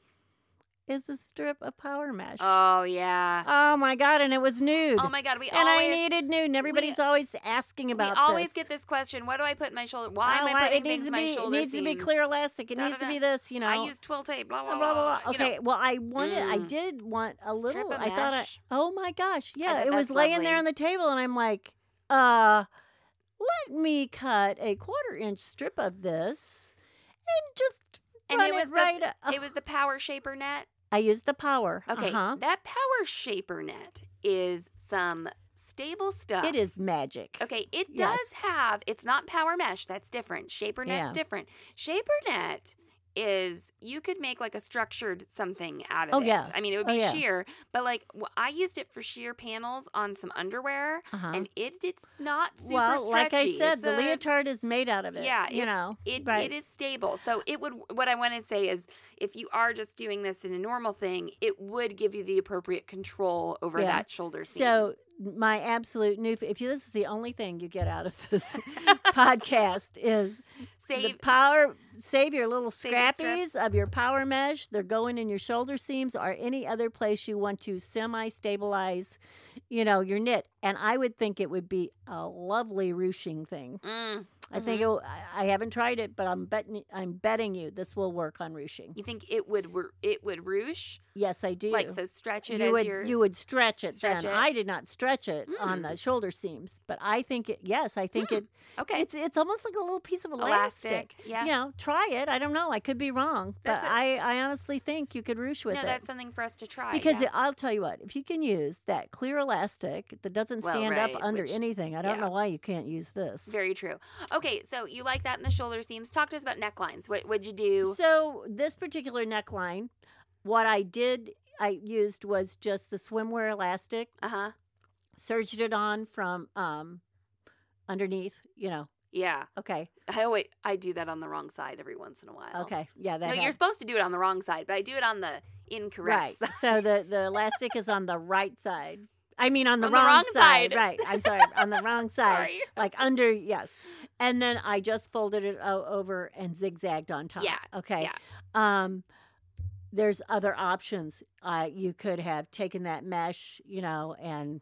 Speaker 3: is a strip of power mesh.
Speaker 1: Oh yeah.
Speaker 3: oh my god, and it was nude.
Speaker 1: Oh my god, we
Speaker 3: and
Speaker 1: always
Speaker 3: I needed nude, and everybody's always asking about.
Speaker 1: we always
Speaker 3: this.
Speaker 1: get this question. What do I put in my shoulder? Why
Speaker 3: Oh,
Speaker 1: am
Speaker 3: why-
Speaker 1: I putting
Speaker 3: it
Speaker 1: things
Speaker 3: needs to
Speaker 1: in my
Speaker 3: be,
Speaker 1: shoulder
Speaker 3: It needs to be
Speaker 1: seams?
Speaker 3: clear elastic. It
Speaker 1: Da, da,
Speaker 3: needs to
Speaker 1: da.
Speaker 3: be this, you know.
Speaker 1: I use twill tape. Blah blah blah.
Speaker 3: blah blah blah.
Speaker 1: you know.
Speaker 3: Okay, well, I wanted, I
Speaker 1: Mm.
Speaker 3: did want a
Speaker 1: Strip
Speaker 3: little.
Speaker 1: of
Speaker 3: I thought, I,
Speaker 1: mesh.
Speaker 3: oh my gosh, yeah,
Speaker 1: bet
Speaker 3: it was
Speaker 1: that's
Speaker 3: laying there
Speaker 1: lovely.
Speaker 3: on the table, and I'm like, uh, let me cut a quarter inch strip of this, and just
Speaker 1: And
Speaker 3: run
Speaker 1: it was the-
Speaker 3: right. up.
Speaker 1: It was the power shaper net.
Speaker 3: I used the power.
Speaker 1: Okay,
Speaker 3: uh-huh.
Speaker 1: that power shaper net is some stable stuff.
Speaker 3: it is magic.
Speaker 1: uh, Okay, it
Speaker 3: Yes.
Speaker 1: does have. It's not power mesh. That's different. Shaper net's
Speaker 3: Yeah.
Speaker 1: different. Shaper net is you could make like a structured something out of
Speaker 3: Oh,
Speaker 1: it.
Speaker 3: yeah.
Speaker 1: I mean, it would
Speaker 3: Oh,
Speaker 1: be
Speaker 3: yeah.
Speaker 1: sheer, but like w- I used it for sheer panels on some underwear,
Speaker 3: Uh-huh.
Speaker 1: and it it's not super
Speaker 3: well,
Speaker 1: stretchy.
Speaker 3: like I said,
Speaker 1: It's
Speaker 3: the
Speaker 1: a-
Speaker 3: leotard is made out of it.
Speaker 1: Yeah,
Speaker 3: you
Speaker 1: it's-
Speaker 3: know,
Speaker 1: it
Speaker 3: right.
Speaker 1: it is stable. So it would. What I want to say is, if you are just doing this in a normal thing, it would give you the appropriate control over
Speaker 3: Yeah.
Speaker 1: that shoulder seam.
Speaker 3: So my absolute new if you this is the only thing you get out of this podcast is the
Speaker 1: save
Speaker 3: power save your little
Speaker 1: Save your
Speaker 3: scrappies of your power mesh they're going in your shoulder seams or any other place you want to semi stabilize you know your knit and i would think it would be a lovely ruching thing
Speaker 1: Mm,
Speaker 3: i think it, will- I- i haven't tried it but i'm betting i'm betting you this will work on ruching
Speaker 1: you think it would wor- it would ruche.
Speaker 3: yes i do
Speaker 1: Like so, stretch it
Speaker 3: you
Speaker 1: as
Speaker 3: would
Speaker 1: your.
Speaker 3: you would stretch it
Speaker 1: Stretch
Speaker 3: then.
Speaker 1: it. Mm.
Speaker 3: I did not stretch it on the shoulder seams, but I think it. Yes, I think it.
Speaker 1: okay,
Speaker 3: It's it's almost like a little piece of elastic.
Speaker 1: elastic. Yeah.
Speaker 3: You know, try it. I don't know. I could be wrong,
Speaker 1: That's
Speaker 3: but
Speaker 1: a-
Speaker 3: I I honestly think you could ruche with
Speaker 1: no,
Speaker 3: it.
Speaker 1: that's something for us to try.
Speaker 3: because
Speaker 1: yeah.
Speaker 3: it, I'll tell you what, if you can use that clear elastic that doesn't
Speaker 1: Well,
Speaker 3: stand
Speaker 1: right,
Speaker 3: up under
Speaker 1: which-
Speaker 3: anything, I don't
Speaker 1: yeah.
Speaker 3: know why you can't use this.
Speaker 1: very true. Okay, so you like that in the shoulder seams. Talk to us about necklines. What would you do?
Speaker 3: So this particular neckline, what I did, I used was just the swimwear elastic
Speaker 1: Uh huh.
Speaker 3: surged it on from um underneath, you know.
Speaker 1: Yeah.
Speaker 3: Okay.
Speaker 1: I always I do that on the wrong side every once in a while.
Speaker 3: Okay. Yeah, that
Speaker 1: Oh. No, you're
Speaker 3: helped.
Speaker 1: supposed to do it on the wrong side, but I do it on the incorrect
Speaker 3: right.
Speaker 1: side.
Speaker 3: so the the elastic is on the right side. I mean on the,
Speaker 1: On the
Speaker 3: wrong,
Speaker 1: wrong
Speaker 3: side.
Speaker 1: side.
Speaker 3: Right. I'm sorry. On the wrong side.
Speaker 1: Sorry.
Speaker 3: Like under, yes. And then I just folded it o- over and zigzagged on top.
Speaker 1: Yeah,
Speaker 3: Okay.
Speaker 1: yeah.
Speaker 3: Um there's other options. Uh you could have taken that mesh, you know, and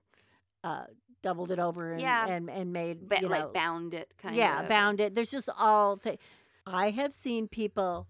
Speaker 3: uh doubled it over and
Speaker 1: Yeah.
Speaker 3: and, and made
Speaker 1: But
Speaker 3: you
Speaker 1: like
Speaker 3: know,
Speaker 1: bound it kind
Speaker 3: yeah,
Speaker 1: of. or-
Speaker 3: bound it. There's just all things. I have seen people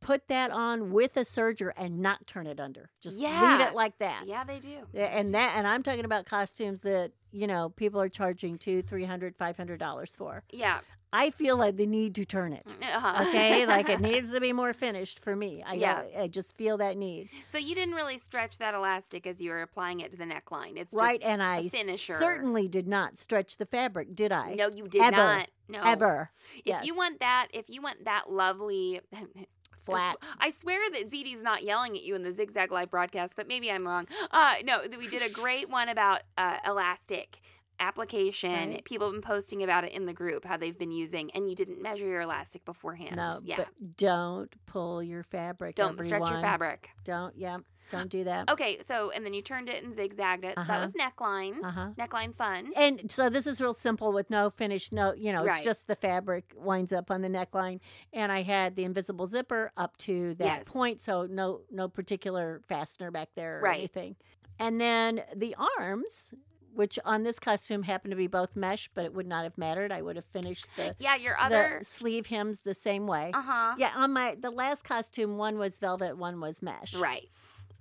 Speaker 3: put that on with a serger and not turn it under. Just leave
Speaker 1: Yeah.
Speaker 3: it like that.
Speaker 1: Yeah, they do.
Speaker 3: Yeah, And that, and I'm talking about costumes that you know people are charging two, three hundred, five hundred dollars for.
Speaker 1: Yeah.
Speaker 3: I feel like the need to turn it.
Speaker 1: Uh-huh.
Speaker 3: Okay, like it needs to be more finished for me. I
Speaker 1: Yeah.
Speaker 3: got- I just feel that need.
Speaker 1: So you didn't really stretch that elastic as you were applying it to the neckline. It's
Speaker 3: right,
Speaker 1: just
Speaker 3: and
Speaker 1: a
Speaker 3: I
Speaker 1: finisher.
Speaker 3: certainly did not stretch the fabric, did I?
Speaker 1: No, you did
Speaker 3: Ever.
Speaker 1: not. No.
Speaker 3: ever.
Speaker 1: If you want that, if you want that lovely I sw-
Speaker 3: Flat.
Speaker 1: I swear that ZD's not yelling at you in the Zigzag Live broadcast, but maybe I'm wrong. Uh, no, th- we did a great one about uh, elastic application.
Speaker 3: Right.
Speaker 1: People have been posting about it in the group how they've been using, and you didn't measure your elastic beforehand.
Speaker 3: No,
Speaker 1: yeah.
Speaker 3: but don't pull your fabric.
Speaker 1: Don't stretch your
Speaker 3: everyone.
Speaker 1: fabric. Oh.
Speaker 3: Don't. Yeah, don't do that.
Speaker 1: Okay, so and then you turned it and zigzagged it. So that
Speaker 3: Uh-huh.
Speaker 1: was neckline.
Speaker 3: Uh huh.
Speaker 1: Neckline fun.
Speaker 3: And so this is real simple with no finish. No, you know,
Speaker 1: Right.
Speaker 3: it's just the fabric winds up on the neckline. And I had the invisible zipper up to that
Speaker 1: Yes.
Speaker 3: point, so no, no particular fastener back there or
Speaker 1: Right.
Speaker 3: anything. And then the arms. Which on this costume happened to be both mesh, but it would not have mattered. I would have finished the,
Speaker 1: Yeah, your
Speaker 3: the
Speaker 1: other.
Speaker 3: sleeve hems the same way.
Speaker 1: Uh huh.
Speaker 3: Yeah, on my the last costume, one was velvet, one was mesh.
Speaker 1: Right.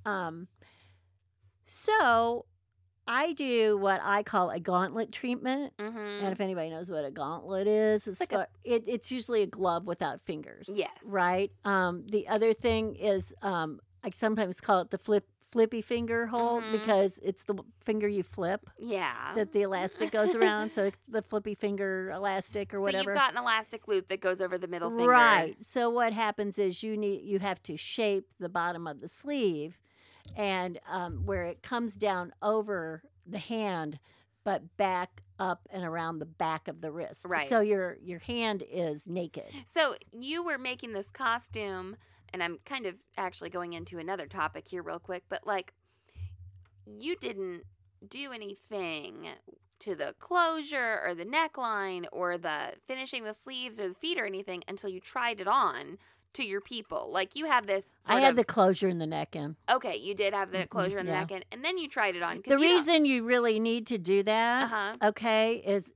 Speaker 3: Um, so I do what I call a gauntlet treatment.
Speaker 1: Mm-hmm.
Speaker 3: And if anybody knows what a gauntlet is, it's,
Speaker 1: Like a-
Speaker 3: got- it, it's usually a glove without fingers.
Speaker 1: Yes.
Speaker 3: Right. Um, the other thing is, um, I sometimes call it the flip flippy finger hold
Speaker 1: Mhm.
Speaker 3: because it's the finger you flip
Speaker 1: Yeah.
Speaker 3: that the elastic goes around. So it's the flippy finger elastic or
Speaker 1: So
Speaker 3: whatever.
Speaker 1: you've got an elastic loop that goes over the middle finger.
Speaker 3: Right. So what happens is you need you have to shape the bottom of the sleeve, and um, where it comes down over the hand, but back up and around the back of the wrist.
Speaker 1: Right.
Speaker 3: So your your hand is naked.
Speaker 1: So you were making this costume, and I'm kind of actually going into another topic here real quick, but like you didn't do anything to the closure or the neckline or the finishing the sleeves or the feet or anything until you tried it on to your people. Like you have this.
Speaker 3: I
Speaker 1: sort
Speaker 3: had
Speaker 1: of-
Speaker 3: the closure in the neck in.
Speaker 1: okay, you did have the
Speaker 3: Mhm,
Speaker 1: closure in the
Speaker 3: yeah.
Speaker 1: neck, and, and then you tried it on. 'cause
Speaker 3: The
Speaker 1: you know-
Speaker 3: reason you really need to do that,
Speaker 1: Uh-huh.
Speaker 3: okay, is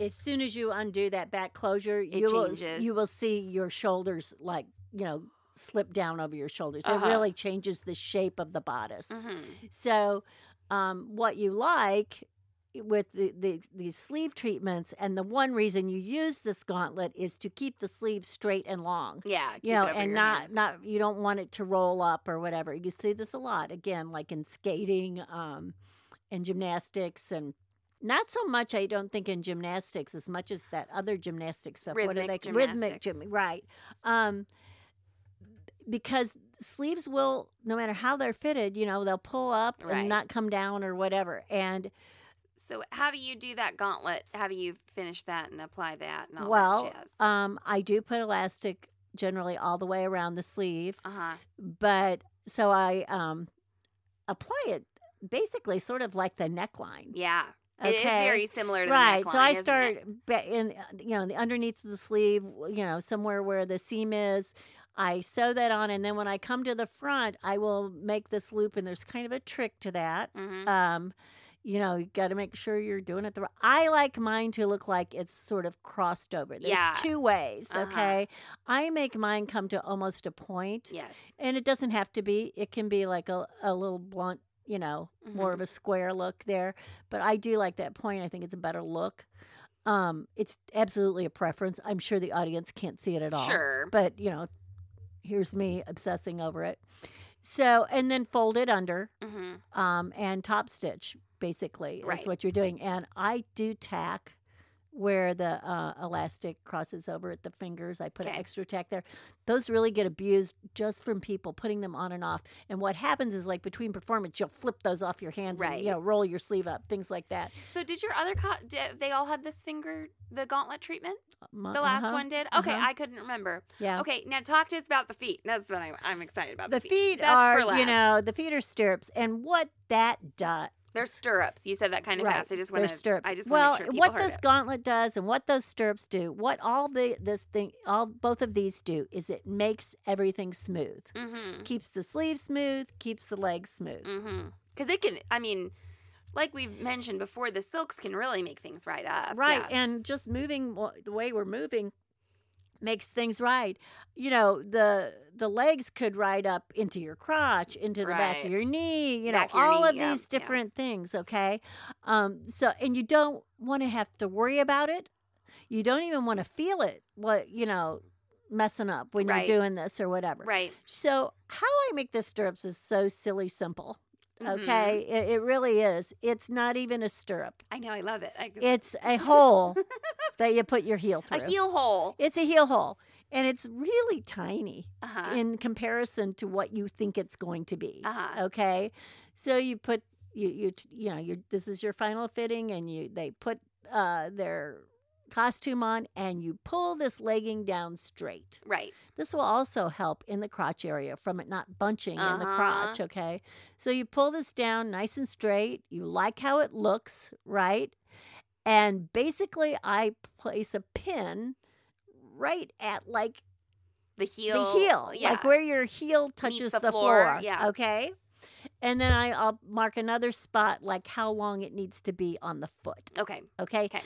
Speaker 3: as soon as you undo that back closure,
Speaker 1: It
Speaker 3: you will
Speaker 1: changes.
Speaker 3: you will see your shoulders like you know slip down over your shoulders.
Speaker 1: Uh-huh.
Speaker 3: It really changes the shape of the bodice.
Speaker 1: Mhm.
Speaker 3: So, um, what you like with the, the these sleeve treatments, and the one reason you use this gauntlet is to keep the sleeve straight and long.
Speaker 1: Yeah. keep
Speaker 3: You
Speaker 1: it
Speaker 3: know,
Speaker 1: over
Speaker 3: and
Speaker 1: your
Speaker 3: not
Speaker 1: hand.
Speaker 3: not you don't want it to roll up or whatever. You see this a lot again, like in skating, um, and gymnastics, and not so much. I don't think in gymnastics as much as that other gymnastics stuff. what are they?
Speaker 1: Rhythmic
Speaker 3: ca- Rhythmic
Speaker 1: gymnastics.
Speaker 3: gym, right? Um, because sleeves will, no matter how they're fitted, you know, they'll pull up
Speaker 1: Right.
Speaker 3: and not come down or whatever. And
Speaker 1: So how do you do that gauntlet? How do you finish that and apply that and all
Speaker 3: well,
Speaker 1: that jazz?
Speaker 3: um, I do put elastic generally all the way around the sleeve.
Speaker 1: Uh huh.
Speaker 3: but so I um apply it basically sort of like the neckline.
Speaker 1: Yeah. It is very similar to
Speaker 3: right.
Speaker 1: The neckline,
Speaker 3: so I
Speaker 1: isn't it?
Speaker 3: start ba- in uh, you know the underneath of the sleeve, w- you know somewhere where the seam is. I sew that on, and then when I come to the front, I will make this loop, and there's kind of a trick to that.
Speaker 1: Mhm.
Speaker 3: Um, you know, you got to make sure you're doing it the right. I like mine to look like it's sort of crossed over. There's
Speaker 1: Yeah.
Speaker 3: two ways,
Speaker 1: Uh-huh.
Speaker 3: okay? I make mine come to almost a point,
Speaker 1: Yes.
Speaker 3: and it doesn't have to be it can be like a, a little blunt you know more of a square look there but i do like that point i think it's a better look um it's absolutely a preference i'm sure the audience can't see it at all
Speaker 1: Sure.
Speaker 3: but you know here's me obsessing over it so and then fold it under
Speaker 1: hmm
Speaker 3: um and top stitch basically
Speaker 1: Right.
Speaker 3: is what you're doing and i do tack where the uh, elastic crosses over at the fingers i put an
Speaker 1: Okay.
Speaker 3: extra tack there those really get abused just from people putting them on and off and what happens is like between performance you'll flip those off your hands and you
Speaker 1: Right.
Speaker 3: know roll your sleeve up things like that
Speaker 1: So did your other co- di- they all had this finger the gauntlet treatment?
Speaker 3: Um,
Speaker 1: The last
Speaker 3: uh-huh.
Speaker 1: one did. Okay,
Speaker 3: uh-huh.
Speaker 1: I couldn't remember.
Speaker 3: yeah
Speaker 1: Okay, now talk to us about the feet. That's what I, I'm excited about.
Speaker 3: the feet
Speaker 1: Best
Speaker 3: are
Speaker 1: for last.
Speaker 3: you know the feet are stirrups and what that does
Speaker 1: they're stirrups. You said that kind of
Speaker 3: Right.
Speaker 1: fast. I just
Speaker 3: They're
Speaker 1: want to.
Speaker 3: stirrups.
Speaker 1: I just
Speaker 3: well,
Speaker 1: want to make sure people
Speaker 3: what
Speaker 1: heard
Speaker 3: this
Speaker 1: it.
Speaker 3: gauntlet does and what those stirrups do, what all the this thing, all both of these do, is it makes everything smooth,
Speaker 1: Mm-hmm.
Speaker 3: keeps the sleeve smooth, keeps the legs smooth.
Speaker 1: Mm-hmm. Because it can. I mean, like we've mentioned before, the silks can really make things right up.
Speaker 3: Right,
Speaker 1: Uh, Yeah.
Speaker 3: and just moving wa- the way we're moving makes things right. You know the the legs could ride up into your crotch, into the back
Speaker 1: Right.
Speaker 3: of your knee. You know
Speaker 1: Back of your
Speaker 3: all
Speaker 1: knee,
Speaker 3: of
Speaker 1: yeah,
Speaker 3: these
Speaker 1: yeah.
Speaker 3: different things. Okay, um, so and you don't want to have to worry about it. You don't even want to feel it. What you know, messing up when
Speaker 1: Right.
Speaker 3: you're doing this or whatever.
Speaker 1: Right.
Speaker 3: So how I make the stirrups is so silly simple.
Speaker 1: Mhm.
Speaker 3: Okay, it, it really is. It's not even a stirrup.
Speaker 1: I know. I love it. I,
Speaker 3: It's a hole that you put your heel through.
Speaker 1: a heel hole.
Speaker 3: It's a heel hole. And it's really tiny
Speaker 1: Uh huh.
Speaker 3: in comparison to what you think it's going to be.
Speaker 1: Uh-huh.
Speaker 3: Okay. So you put you you t- you know, you this is your final fitting and you they put uh their costume on and you pull this legging down straight.
Speaker 1: Right.
Speaker 3: This will also help in the crotch area from it not bunching in the
Speaker 1: Uh-huh.
Speaker 3: crotch, okay? So you pull this down nice and straight. You like how it looks, right? And basically, I place a pin right at like
Speaker 1: The heel.
Speaker 3: the heel,
Speaker 1: Yeah.
Speaker 3: like where your heel touches
Speaker 1: the
Speaker 3: the,
Speaker 1: floor,
Speaker 3: floor,
Speaker 1: yeah.
Speaker 3: okay? And then I, I'll mark another spot, like how long it needs to be on the foot,
Speaker 1: okay.
Speaker 3: okay?
Speaker 1: Okay.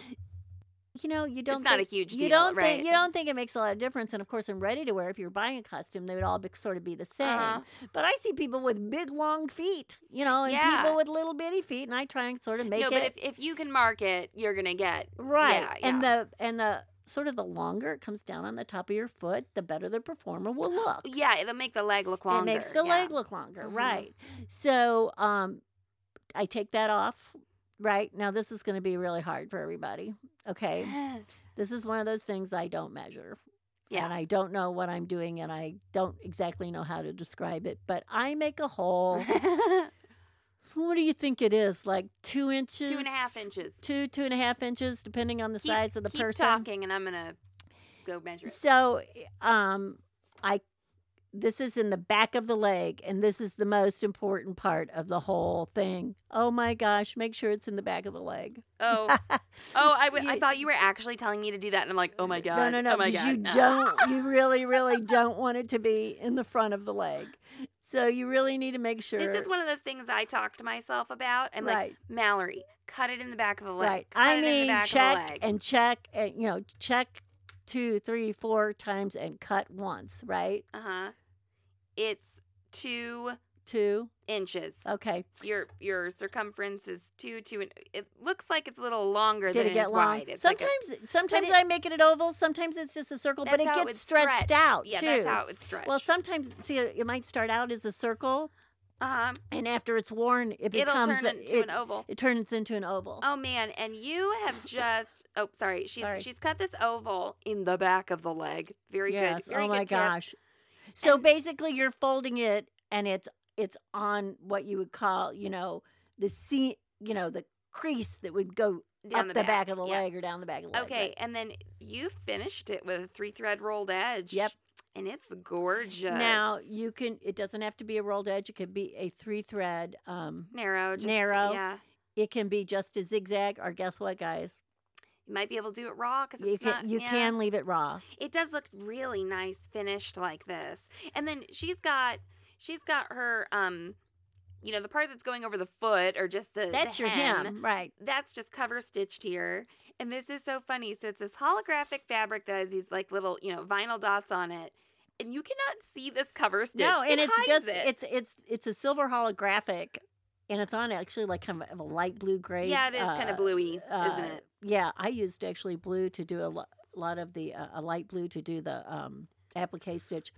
Speaker 3: You know, you don't.
Speaker 1: not a
Speaker 3: think-
Speaker 1: huge
Speaker 3: you
Speaker 1: deal,
Speaker 3: don't
Speaker 1: right?
Speaker 3: Think, you don't think it makes a lot of difference, and of course, in ready-to-wear, if you're buying a costume, they would all be, sort of be the same.
Speaker 1: Uh-huh.
Speaker 3: But I see people with big, long feet, you know, and
Speaker 1: Yeah.
Speaker 3: people with little bitty feet, and I try and sort of make
Speaker 1: no,
Speaker 3: it
Speaker 1: but if, if you can mark it, you're gonna get
Speaker 3: right.
Speaker 1: yeah,
Speaker 3: and
Speaker 1: yeah.
Speaker 3: the and the sort of the longer it comes down on the top of your foot, the better the performer will look.
Speaker 1: yeah. It'll make the leg look longer.
Speaker 3: It makes the
Speaker 1: yeah.
Speaker 3: leg look longer,
Speaker 1: Mhm.
Speaker 3: right? So um, I take that off. Right now, this is going to be really hard for everybody. Okay, this is one of those things I don't measure.
Speaker 1: yeah.
Speaker 3: And I don't know what I'm doing, and I don't exactly know how to describe it, but I make a hole. what do you think it is? Like two inches?
Speaker 1: Two and a half inches.
Speaker 3: Two, two and a half inches, depending on the
Speaker 1: Keep-
Speaker 3: size of the
Speaker 1: keep
Speaker 3: person.
Speaker 1: talking, and I'm gonna go measure it.
Speaker 3: So, um, I This is in the back of the leg, and this is the most important part of the whole thing. Oh my gosh, make sure it's in the back of the leg.
Speaker 1: Oh, oh, I, w- I thought you were actually telling me to do that, and I'm like, oh my god,
Speaker 3: No, no, no.
Speaker 1: oh my
Speaker 3: because
Speaker 1: god,
Speaker 3: you
Speaker 1: no.
Speaker 3: don't. You really, really don't want it to be in the front of the leg. So you really need to make sure.
Speaker 1: This is one of those things I talk to myself about. I'm like,
Speaker 3: right,
Speaker 1: Mallory, cut it in the back of the leg.
Speaker 3: right.
Speaker 1: Cut
Speaker 3: I
Speaker 1: it in the
Speaker 3: mean,
Speaker 1: back of the
Speaker 3: check
Speaker 1: leg.
Speaker 3: and check and you know check two, three, four times and cut once. Right,
Speaker 1: uh huh. It's two
Speaker 3: two.
Speaker 1: inches.
Speaker 3: Okay,
Speaker 1: Your your circumference is two two. And it looks like it's a little longer
Speaker 3: did
Speaker 1: than
Speaker 3: it get
Speaker 1: is
Speaker 3: long?
Speaker 1: wide. It's like a-
Speaker 3: sometimes, sometimes
Speaker 1: it-
Speaker 3: I make it an oval. Sometimes it's just a circle, but
Speaker 1: that's
Speaker 3: it
Speaker 1: how
Speaker 3: gets
Speaker 1: would
Speaker 3: stretched
Speaker 1: stretch.
Speaker 3: out
Speaker 1: Yeah,
Speaker 3: too.
Speaker 1: that's how it would stretch.
Speaker 3: well, sometimes see, it it might start out as a circle,
Speaker 1: uh-huh.
Speaker 3: and after it's worn, it
Speaker 1: it'll
Speaker 3: becomes
Speaker 1: turn
Speaker 3: a-
Speaker 1: into
Speaker 3: it,
Speaker 1: an oval.
Speaker 3: it turns into an oval.
Speaker 1: Oh man, and you have just oh sorry, she's
Speaker 3: Sorry.
Speaker 1: she's cut this oval in the back of the leg. Very
Speaker 3: yes.
Speaker 1: good. Very
Speaker 3: oh my
Speaker 1: good tip.
Speaker 3: gosh. So
Speaker 1: And-
Speaker 3: basically you're folding it and it's it's on what you would call, you know, the seam, you know, the crease that would go
Speaker 1: Down
Speaker 3: up
Speaker 1: the,
Speaker 3: back. of the
Speaker 1: Yeah.
Speaker 3: leg or down the back of the leg.
Speaker 1: Okay,
Speaker 3: right.
Speaker 1: and then you finished it with a three thread rolled edge.
Speaker 3: Yep.
Speaker 1: And it's gorgeous.
Speaker 3: Now you can it doesn't have to be a rolled edge, it could be a three thread. Um
Speaker 1: narrow, just,
Speaker 3: narrow.
Speaker 1: Yeah.
Speaker 3: it can be just a zigzag or guess what guys?
Speaker 1: You might be able to do it raw because it's
Speaker 3: You can
Speaker 1: not.
Speaker 3: you
Speaker 1: yeah.
Speaker 3: can leave it raw.
Speaker 1: It does look really nice finished like this. And then she's got she's got her um, you know, the part that's going over the foot or just the the
Speaker 3: That's your
Speaker 1: hem.
Speaker 3: hem, right.
Speaker 1: that's just cover stitched here. And this is so funny. So it's this holographic fabric that has these like little, you know, vinyl dots on it. And you cannot see this cover stitch.
Speaker 3: No,
Speaker 1: It
Speaker 3: and it's
Speaker 1: hides
Speaker 3: just
Speaker 1: it.
Speaker 3: it's it's it's a silver holographic, and it's on actually like kind of a light blue gray.
Speaker 1: Yeah, it is kind
Speaker 3: uh,
Speaker 1: of bluey,
Speaker 3: uh,
Speaker 1: isn't it?
Speaker 3: Yeah, I used actually blue to do a lo- lot of the uh, a light blue to do the um, applique stitch,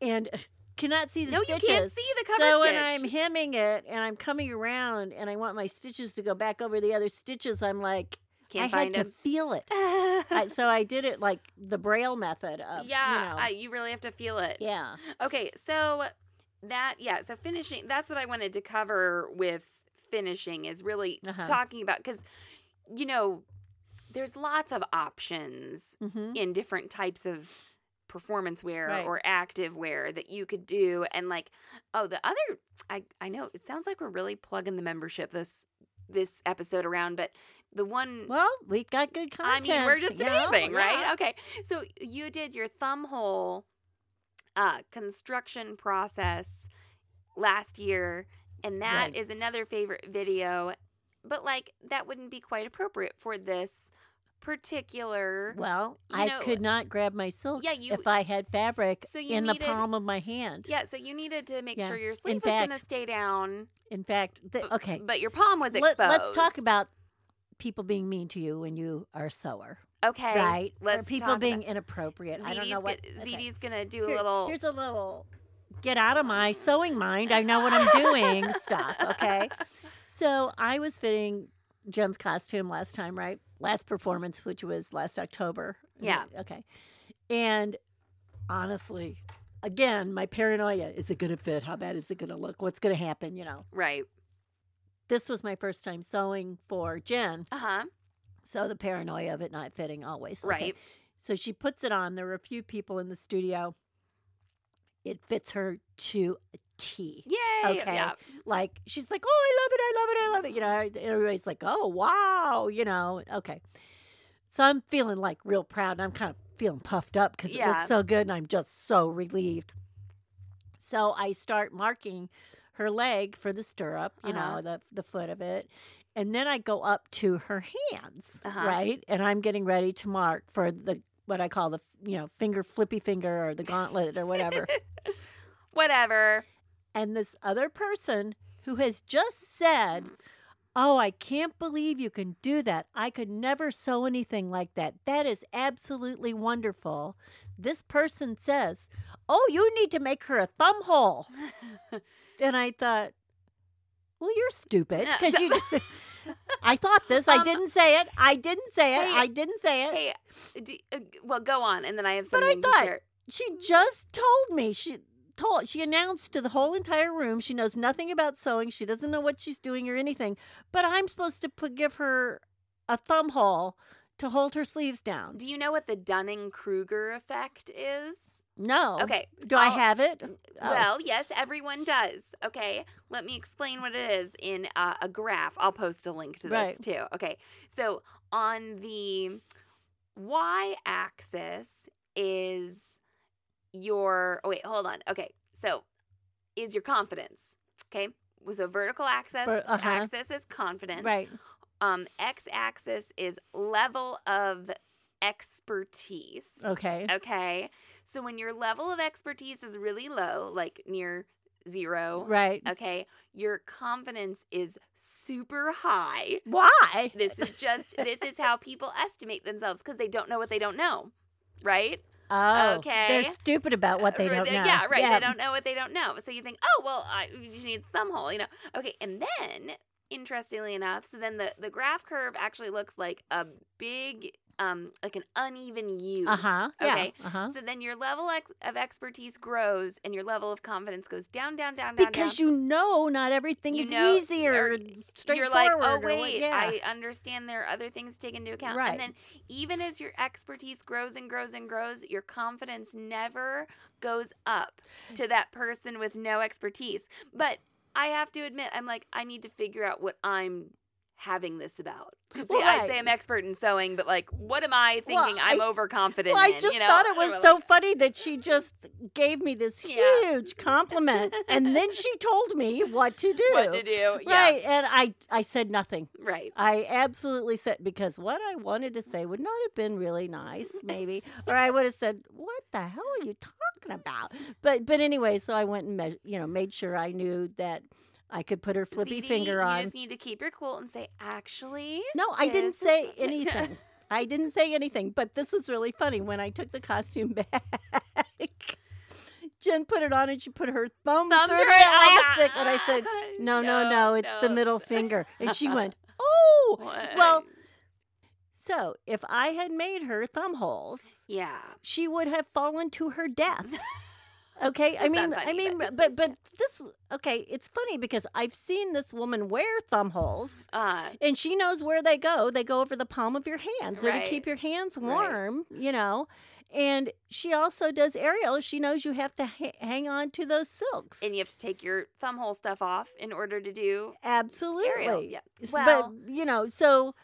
Speaker 3: and uh, cannot see the
Speaker 1: No,
Speaker 3: stitches.
Speaker 1: you can't see the cover
Speaker 3: so
Speaker 1: stitch.
Speaker 3: when I'm hemming it and I'm coming around and I want my stitches to go back over the other stitches, I'm like
Speaker 1: can't
Speaker 3: I
Speaker 1: find
Speaker 3: had to
Speaker 1: them.
Speaker 3: feel it. I, so I did it like the braille method
Speaker 1: yeah,
Speaker 3: of you know,
Speaker 1: I- you really have to feel it.
Speaker 3: yeah.
Speaker 1: Okay, so that yeah, so finishing that's what I wanted to cover with finishing is really
Speaker 3: Uh-huh.
Speaker 1: talking about cuz you know, there's lots of options
Speaker 3: Mm-hmm.
Speaker 1: in different types of performance wear
Speaker 3: Right.
Speaker 1: or active wear that you could do and like oh the other I I know it sounds like we're really plugging the membership this this episode around but the one
Speaker 3: Well, we got good
Speaker 1: I
Speaker 3: content.
Speaker 1: mean we're just
Speaker 3: you know?
Speaker 1: amazing right
Speaker 3: Yeah.
Speaker 1: okay so you did your thumb hole uh construction process last year and that
Speaker 3: Right.
Speaker 1: is another favorite video but like that wouldn't be quite appropriate for this particular
Speaker 3: Well,
Speaker 1: You
Speaker 3: I
Speaker 1: know-
Speaker 3: could not grab my silks
Speaker 1: you-
Speaker 3: if I had fabric
Speaker 1: So you
Speaker 3: in the
Speaker 1: needed-
Speaker 3: palm of my hand.
Speaker 1: Yeah, so you needed to make
Speaker 3: Yeah.
Speaker 1: sure your
Speaker 3: In
Speaker 1: sleeve was going to
Speaker 3: fact-
Speaker 1: stay down,
Speaker 3: In fact, the,
Speaker 1: But-
Speaker 3: okay.
Speaker 1: but your palm was exposed.
Speaker 3: Let, us talk about people being mean to you when you are a sewer,
Speaker 1: okay,
Speaker 3: right? Or
Speaker 1: Let's
Speaker 3: people
Speaker 1: talk
Speaker 3: being
Speaker 1: About.
Speaker 3: inappropriate. I don't
Speaker 1: ZD's
Speaker 3: know what.
Speaker 1: go-
Speaker 3: okay.
Speaker 1: ZD's gonna do
Speaker 3: Here-
Speaker 1: a little.
Speaker 3: Here's a little. Get out of my sewing mind. I know what I'm doing. stuff. Okay. So I was fitting Jen's costume last time, right? Last performance, which was last October.
Speaker 1: Yeah.
Speaker 3: Okay. And honestly, again, my paranoia is it going to fit? How bad is it going to look? What's going to happen? You know,
Speaker 1: right.
Speaker 3: this was my first time sewing for Jen.
Speaker 1: Uh huh.
Speaker 3: So the paranoia of it not fitting always. Uh-huh, okay.
Speaker 1: Right.
Speaker 3: So she puts it on. There were a few people in the studio. It fits her to a T
Speaker 1: Yay.
Speaker 3: Okay.
Speaker 1: Yeah.
Speaker 3: like she's like, "Oh, I love it! I love it! I love it!" You know, everybody's like, "Oh, wow!" You know, okay. So I'm feeling like real proud, and I'm kind of feeling puffed up because it
Speaker 1: Yeah.
Speaker 3: looks so good, and I'm just so relieved. So I start marking her leg for the stirrup, you
Speaker 1: Uh-huh.
Speaker 3: know, the the foot of it, and then I go up to her hands,
Speaker 1: Uh-huh.
Speaker 3: right, and I'm getting ready to mark for the what I call the you know finger flippy finger or the gauntlet or whatever
Speaker 1: Whatever.
Speaker 3: and this other person who has just said,
Speaker 1: Mm.
Speaker 3: Oh, I can't believe you can do that. I could never sew anything like that. That is absolutely wonderful. This person says, Oh, you need to make her a thumb hole. and I thought, Well, you're stupid
Speaker 1: Yeah,
Speaker 3: because
Speaker 1: so-
Speaker 3: you just. I thought this. I
Speaker 1: Um,
Speaker 3: didn't say it. I didn't say it.
Speaker 1: hey,
Speaker 3: I didn't say it.
Speaker 1: Hey. Do, uh, well, go on, and then I have
Speaker 3: But I
Speaker 1: something
Speaker 3: thought-
Speaker 1: to share.
Speaker 3: She just told me. She told she announced to the whole entire room she knows nothing about sewing. She doesn't know what she's doing or anything. But I'm supposed to put, give her a thumb hole to hold her sleeves down.
Speaker 1: Do you know what the Dunning Kruger effect is?
Speaker 3: No.
Speaker 1: Okay.
Speaker 3: Oh, Do i
Speaker 1: I'll-
Speaker 3: have it? Oh.
Speaker 1: Well, yes, everyone does. Okay. Let me explain what it is in uh, a graph. I'll post a link to this
Speaker 3: Right.
Speaker 1: too. Okay. So on the y axis is your. Oh, wait, hold on. Okay. So is your confidence. Okay. So vertical axis,
Speaker 3: Ver- uh-huh.
Speaker 1: axis is confidence.
Speaker 3: right.
Speaker 1: Um, x axis is level of expertise.
Speaker 3: Okay.
Speaker 1: Okay. So when your level of expertise is really low, like near zero,
Speaker 3: Right.
Speaker 1: okay, your confidence is super high.
Speaker 3: Why?
Speaker 1: This is just, this is how people estimate themselves because they don't know what they don't know, right?
Speaker 3: Oh,
Speaker 1: okay.
Speaker 3: They're stupid about what they
Speaker 1: Uh,
Speaker 3: don't know.
Speaker 1: Yeah, right. They don't know what they don't know. So you think, oh, well, I you just need some hole, you know. Okay. And then, interestingly enough, so then the, the graph curve actually looks like a big, um, like an uneven U.
Speaker 3: Uh huh. Yeah.
Speaker 1: Okay.
Speaker 3: Uh huh.
Speaker 1: So then your level ex- of expertise grows and your level of confidence goes down, down, down, down.
Speaker 3: Because
Speaker 1: down.
Speaker 3: you know not everything
Speaker 1: You
Speaker 3: is
Speaker 1: know-
Speaker 3: easy or
Speaker 1: or
Speaker 3: straightforward.
Speaker 1: you're like, oh,
Speaker 3: or what-
Speaker 1: wait,
Speaker 3: yeah.
Speaker 1: I understand there are other things to take into account.
Speaker 3: Right.
Speaker 1: And then even as your expertise grows and grows and grows, your confidence never goes up to that person with no expertise. But I have to admit, I'm like, I need to figure out what I'm having this about. 'Cause,
Speaker 3: Well,
Speaker 1: see, I'd
Speaker 3: right.
Speaker 1: say I'm expert in sewing, but like, what am I thinking
Speaker 3: Well,
Speaker 1: I'm
Speaker 3: I-
Speaker 1: overconfident
Speaker 3: well, I
Speaker 1: in?
Speaker 3: just
Speaker 1: you know?
Speaker 3: thought it
Speaker 1: And
Speaker 3: was
Speaker 1: we're like,
Speaker 3: so funny that she just gave me this
Speaker 1: Yeah.
Speaker 3: huge compliment, and then she told me what to do.
Speaker 1: What to do? Yeah.
Speaker 3: Right, and I I said nothing.
Speaker 1: Right.
Speaker 3: I absolutely said because what I wanted to say would not have been really nice, maybe, or I would have said, "What the hell are you talking about?" But but anyway, so I went and me- you know made sure I knew that I could put her flippy
Speaker 1: ZD,
Speaker 3: finger
Speaker 1: You
Speaker 3: on.
Speaker 1: just need to keep your cool and say, actually.
Speaker 3: No, I didn't
Speaker 1: this is
Speaker 3: say
Speaker 1: what-
Speaker 3: anything. I didn't say anything, but this was really funny when I took the costume back. Jen put it on and she put her thumb,
Speaker 1: Thumb
Speaker 3: through
Speaker 1: through
Speaker 3: the
Speaker 1: it, oh,
Speaker 3: elastic, and I said, "No, no, no,
Speaker 1: No,
Speaker 3: it's the
Speaker 1: no.
Speaker 3: middle finger." And she went, "Oh, well."
Speaker 1: What?
Speaker 3: So if I had made her thumb holes,
Speaker 1: yeah.
Speaker 3: she would have fallen to her death. Okay, I
Speaker 1: That's not
Speaker 3: mean, I
Speaker 1: funny,
Speaker 3: mean,
Speaker 1: but-
Speaker 3: but but, this okay, it's funny because I've seen this woman wear thumb holes,
Speaker 1: Uh,
Speaker 3: and she knows where they go. They go over the palm of your hands. They're to keep
Speaker 1: Right.
Speaker 3: your hands
Speaker 1: Right.
Speaker 3: warm, you know. And she also does aerial. She knows you have to ha- hang on to those silks.
Speaker 1: and you have to take your thumb hole stuff off in order to do.
Speaker 3: Absolutely.
Speaker 1: yeah.
Speaker 3: S-
Speaker 1: Well-
Speaker 3: but you know, so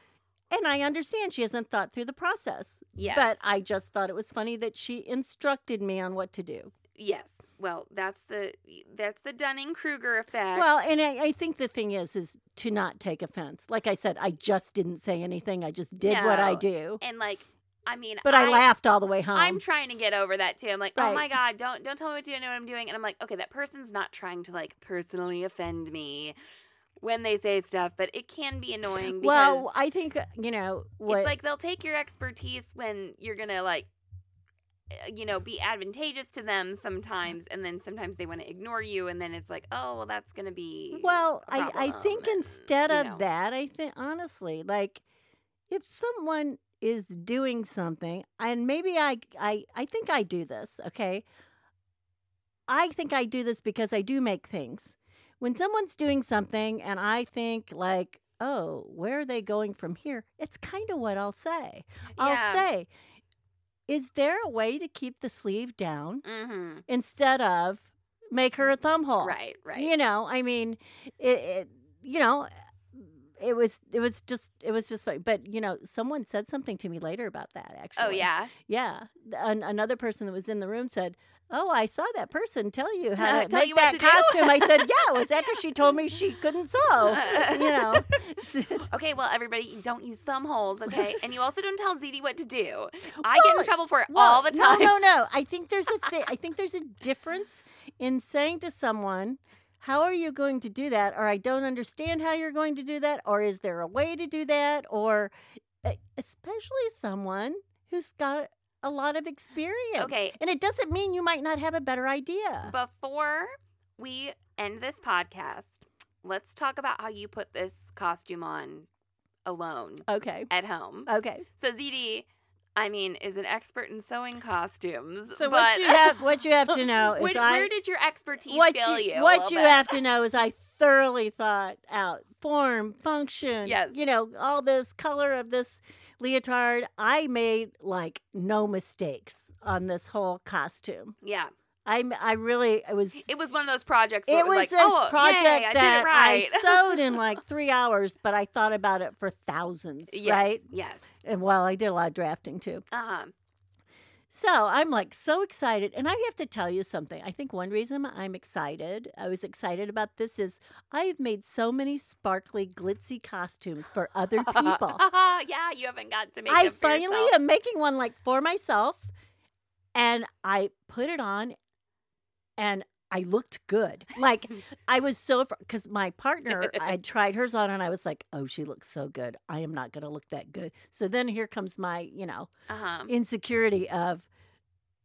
Speaker 3: and I understand she hasn't thought through the process.
Speaker 1: Yes.
Speaker 3: But I just thought it was funny that she instructed me on what to do.
Speaker 1: yes. Well, that's the that's the Dunning Kruger effect.
Speaker 3: Well, and I, I think the thing is, is to not take offense. Like I said, I just didn't say anything. I just did what I
Speaker 1: No.
Speaker 3: do.
Speaker 1: and like, I mean,
Speaker 3: But I, laughed all the way home.
Speaker 1: I'm trying to get over that too. I'm like,
Speaker 3: Um, Right.
Speaker 1: oh my god, don't don't tell me what to do. I know what I'm doing, and I'm like, okay, that person's not trying to like personally offend me when they say stuff, but it can be annoying. Because
Speaker 3: well, I think uh, you know what.
Speaker 1: It's like they'll take your expertise when you're gonna like, uh, you know, be advantageous to
Speaker 3: Mm-hmm.
Speaker 1: them sometimes, and then sometimes they want to ignore you, and then it's like, oh, well, that's gonna be.
Speaker 3: well,
Speaker 1: a
Speaker 3: I, I
Speaker 1: problem,
Speaker 3: think
Speaker 1: and,
Speaker 3: instead
Speaker 1: you
Speaker 3: of
Speaker 1: know.
Speaker 3: that, I think honestly, like if someone is doing something, and maybe I, I, I think I do this. Okay, I think I do this because I do make things. When someone's doing something, and I think like, oh, where are they going from here? It's kind of what I'll say. I'll
Speaker 1: Yeah.
Speaker 3: say, is there a way to keep the sleeve down?
Speaker 1: Mhm.
Speaker 3: instead of make her a thumb hole.
Speaker 1: Mm-hmm. Right, right.
Speaker 3: You know, I mean, it, it you know, it was it was just it was just funny. But you know, someone said something to me later about that. Actually,
Speaker 1: oh yeah.
Speaker 3: yeah. An, another person that was in the room said. Oh, I saw that person tell you how to
Speaker 1: Tell
Speaker 3: make
Speaker 1: you
Speaker 3: that
Speaker 1: what to do?"
Speaker 3: costume. I said, "Yeah." It was after she told me she couldn't sew. You know,
Speaker 1: Okay, well, everybody, you don't use thumb holes, okay? and you also don't tell ZD what to do. I get
Speaker 3: Well,
Speaker 1: in trouble for it
Speaker 3: Well,
Speaker 1: all the time.
Speaker 3: No, no, no. I think there's a thi- I think there's a difference in saying to someone, "How are you going to do that?" or "I don't understand how you're going to do that," or "Is there a way to do that?" or uh, especially someone who's got a lot of experience.
Speaker 1: Okay.
Speaker 3: And it doesn't mean you might not have a better idea.
Speaker 1: Before we end this podcast, let's talk about how you put this costume on alone
Speaker 3: okay.
Speaker 1: at home.
Speaker 3: Okay.
Speaker 1: So ZD, I mean, is an expert in sewing costumes.
Speaker 3: So
Speaker 1: but
Speaker 3: what you have what you have to know is
Speaker 1: Where-
Speaker 3: I
Speaker 1: where did your expertise
Speaker 3: what
Speaker 1: fail
Speaker 3: you,
Speaker 1: you? a
Speaker 3: what
Speaker 1: little
Speaker 3: you
Speaker 1: bit?
Speaker 3: have to know is I thoroughly thought out form, function,
Speaker 1: Yes.
Speaker 3: you know, all this color of this leotard. I made like no mistakes on this whole costume.
Speaker 1: Yeah.
Speaker 3: I am I really it was
Speaker 1: It was one of those projects where
Speaker 3: it
Speaker 1: it was,
Speaker 3: was
Speaker 1: like,
Speaker 3: this
Speaker 1: oh,
Speaker 3: project
Speaker 1: yay, I did
Speaker 3: that
Speaker 1: it right.
Speaker 3: I sewed in like three hours, but I thought about it for thousands,
Speaker 1: yes,
Speaker 3: right?
Speaker 1: Yes.
Speaker 3: And while I did a lot of drafting too.
Speaker 1: Uh-huh.
Speaker 3: So I'm like so excited. And I have to tell you something. I think one reason I'm excited, I was excited about this, is I have made so many sparkly, glitzy costumes for other people.
Speaker 1: yeah, you haven't got to make
Speaker 3: I
Speaker 1: them for
Speaker 3: finally
Speaker 1: yourself.
Speaker 3: am making one like for myself. And I put it on and I looked good. Like I was so, because my partner, I had tried hers on and I was like, oh, she looks so good. I am not going to look that good. So then here comes my, you know,
Speaker 1: Uh-huh.
Speaker 3: insecurity of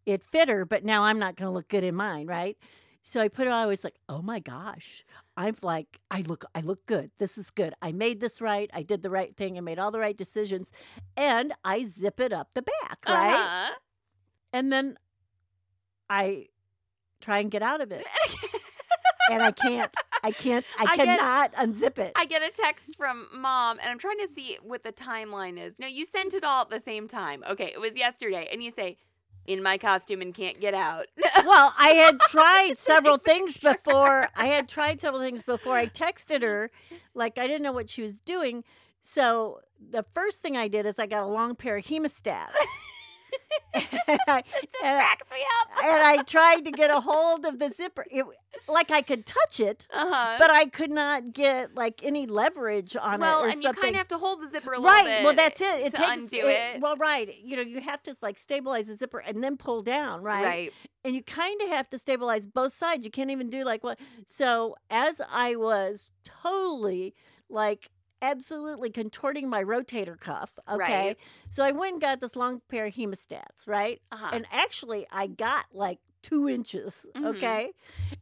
Speaker 3: it fit her, but now I'm not going to look good in mine, right? So I put it on. I was like, oh my gosh, I'm like, I look, I look good. This is good. I made this right. I did the right thing. I made all the right decisions, and I zip it up the back, right?
Speaker 1: Uh-huh.
Speaker 3: And then I try and get out of it, and I can't. I can't. I,
Speaker 1: I get-
Speaker 3: cannot unzip it.
Speaker 1: I get a text from mom, and I'm trying to see what the timeline is. No, you sent it all at the same time. Okay, it was yesterday, and you say, "In my costume and can't get out."
Speaker 3: well, I had tried several things before. I had tried several things before. I texted her, like I didn't know what she was doing. So the first thing I did is I got a long pair of hemostats. and, I,
Speaker 1: It just
Speaker 3: and I-
Speaker 1: cracks me up.
Speaker 3: and I tried to get a hold of the zipper. It, like I could touch it,
Speaker 1: Uh-huh.
Speaker 3: but I could not get like any leverage on
Speaker 1: well,
Speaker 3: it. or
Speaker 1: and you
Speaker 3: something
Speaker 1: kind of have to hold the zipper a little
Speaker 3: right.
Speaker 1: bit.
Speaker 3: Well, that's it. It
Speaker 1: to
Speaker 3: takes
Speaker 1: undo it.
Speaker 3: Well, right. You know, you have to like stabilize the zipper and then pull down, right?
Speaker 1: Right.
Speaker 3: And you kind of have to stabilize both sides. You can't even do like what. So as I was totally like absolutely contorting my rotator cuff, okay.
Speaker 1: Right.
Speaker 3: So I went and got this long pair of hemostats, right?
Speaker 1: Uh-huh.
Speaker 3: And actually, I got like two inches,
Speaker 1: Mhm.
Speaker 3: okay?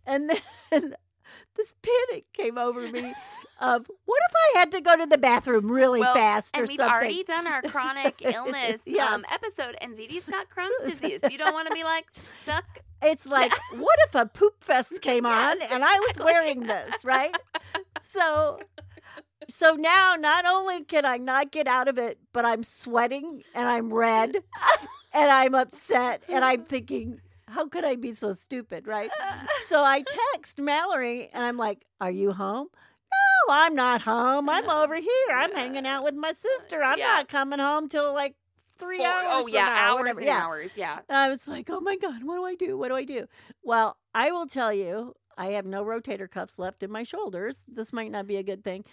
Speaker 3: And then this panic came over me of what if I had to go to the bathroom really
Speaker 1: Well,
Speaker 3: fast or
Speaker 1: and we've
Speaker 3: something?
Speaker 1: already done our chronic illness
Speaker 3: Yes.
Speaker 1: um, episode, and ZD's got Crohn's disease. You don't want to be like stuck.
Speaker 3: it's like, what if a poop fest came
Speaker 1: Yes,
Speaker 3: on and I was
Speaker 1: exactly.
Speaker 3: wearing this, right? So so now not only can I not get out of it, but I'm sweating and I'm red and I'm upset and I'm thinking, how could I be so stupid, right? So I text Mallory and I'm like, Are you home? No, I'm not home. I'm over here. I'm hanging out with my sister. I'm
Speaker 1: Yeah.
Speaker 3: not coming home till like three
Speaker 1: for-
Speaker 3: hours.
Speaker 1: Oh
Speaker 3: from
Speaker 1: yeah,
Speaker 3: now,
Speaker 1: hours
Speaker 3: whatever.
Speaker 1: and
Speaker 3: yeah.
Speaker 1: hours. Yeah.
Speaker 3: And I was like, oh my God, what do I do? What do I do? Well, I will tell you, I have no rotator cuffs left in my shoulders. This might not be a good thing,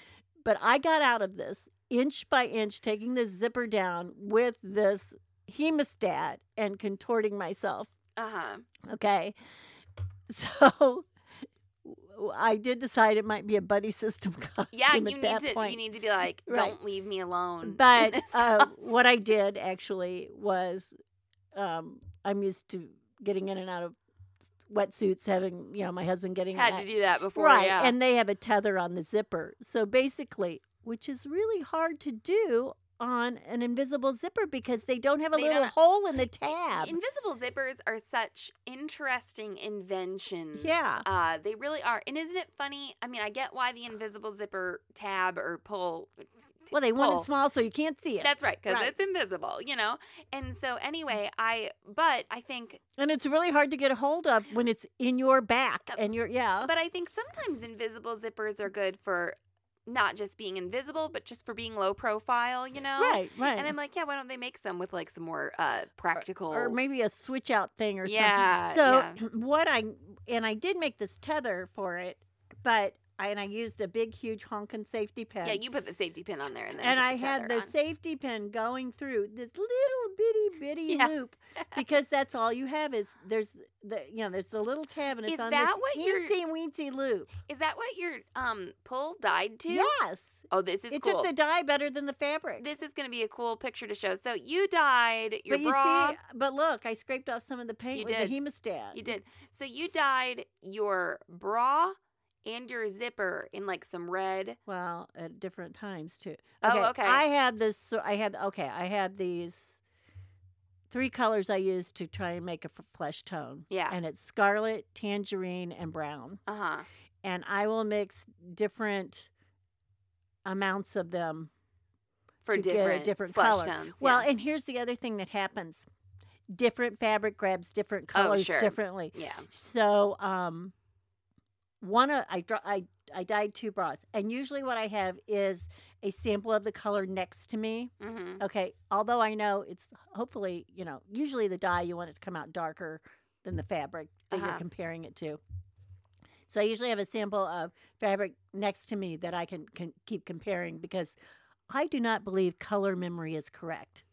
Speaker 3: but I got out of this inch by inch, taking the zipper down with this hemostat and contorting myself.
Speaker 1: Uh huh.
Speaker 3: Okay. So. I did decide it might be a buddy system costume.
Speaker 1: Yeah, you
Speaker 3: at
Speaker 1: need
Speaker 3: that
Speaker 1: to
Speaker 3: point.
Speaker 1: you need to be like,
Speaker 3: Right.
Speaker 1: don't leave me alone. in
Speaker 3: But
Speaker 1: this
Speaker 3: uh,
Speaker 1: house."
Speaker 3: what I did actually was, um, I'm used to getting in and out of wetsuits, having you know my husband getting
Speaker 1: had
Speaker 3: in
Speaker 1: to
Speaker 3: and
Speaker 1: do that
Speaker 3: out.
Speaker 1: before.
Speaker 3: right,
Speaker 1: Yeah.
Speaker 3: and they have a tether on the zipper. So basically, which is really hard to do on an invisible zipper because they don't have a
Speaker 1: They
Speaker 3: little
Speaker 1: don't-
Speaker 3: hole in the tab.
Speaker 1: Invisible zippers are such interesting inventions.
Speaker 3: Yeah.
Speaker 1: Uh, they really are. And isn't it funny? I mean, I get why the invisible zipper tab or pull. t-
Speaker 3: well, they want
Speaker 1: pull.
Speaker 3: it small so you can't see it,
Speaker 1: That's right, because
Speaker 3: Right. Mm-hmm.
Speaker 1: it's invisible, you know? And so, anyway, I, but I think,
Speaker 3: and it's really hard to get a hold of when it's in your back
Speaker 1: Uh,
Speaker 3: and you're yeah.
Speaker 1: but I think sometimes invisible zippers are good for not just being invisible, but just for being low profile, you know?
Speaker 3: Right, right.
Speaker 1: And I'm like, yeah, why don't they make some with like some more uh, practical.
Speaker 3: or maybe a switch out thing or
Speaker 1: Yeah,
Speaker 3: something. So what I and I did make this tether for it, but I, and I used a big huge honkin' safety pin.
Speaker 1: yeah, you put the safety pin on there and then.
Speaker 3: and
Speaker 1: put
Speaker 3: I
Speaker 1: the
Speaker 3: had
Speaker 1: tether
Speaker 3: the
Speaker 1: on.
Speaker 3: safety pin going through this little bitty bitty
Speaker 1: Yeah.
Speaker 3: loop because that's all you have is there's the you know there's the little tab and it's
Speaker 1: Is
Speaker 3: on
Speaker 1: that
Speaker 3: this
Speaker 1: what your-
Speaker 3: teensy weensy loop.
Speaker 1: Is that what your um pull died to?
Speaker 3: Yes,
Speaker 1: Oh, this is
Speaker 3: it
Speaker 1: cool.
Speaker 3: took the dye better than the fabric.
Speaker 1: this is going to be a cool picture to show. So you dyed your
Speaker 3: but you
Speaker 1: bra.
Speaker 3: see, but look, I scraped off some of the paint
Speaker 1: You
Speaker 3: with
Speaker 1: did.
Speaker 3: the hemostat.
Speaker 1: you did. So you dyed your bra and your zipper in like some red.
Speaker 3: Well, at different times too.
Speaker 1: Oh, okay.
Speaker 3: I had this. so I had okay. I had these three colors I used to try and make a f- flesh tone.
Speaker 1: Yeah.
Speaker 3: And it's scarlet, tangerine, and brown.
Speaker 1: Uh huh.
Speaker 3: And I will mix different amounts of them
Speaker 1: for
Speaker 3: to get a
Speaker 1: different,
Speaker 3: different
Speaker 1: flesh
Speaker 3: color.
Speaker 1: tones.
Speaker 3: Well,
Speaker 1: yeah.
Speaker 3: and here's the other thing that happens different fabric grabs different
Speaker 1: Oh,
Speaker 3: colors
Speaker 1: sure.
Speaker 3: differently.
Speaker 1: yeah.
Speaker 3: So, um, one of I draw I I dyed two bras, and usually what I have is a sample of the color next to me.
Speaker 1: hmm
Speaker 3: Okay, although I know it's hopefully you know usually the dye you want it to come out darker than the fabric that you're
Speaker 1: Uh-huh.
Speaker 3: comparing it to. So I usually have a sample of fabric next to me that I can, can keep comparing because I do not believe color memory is correct.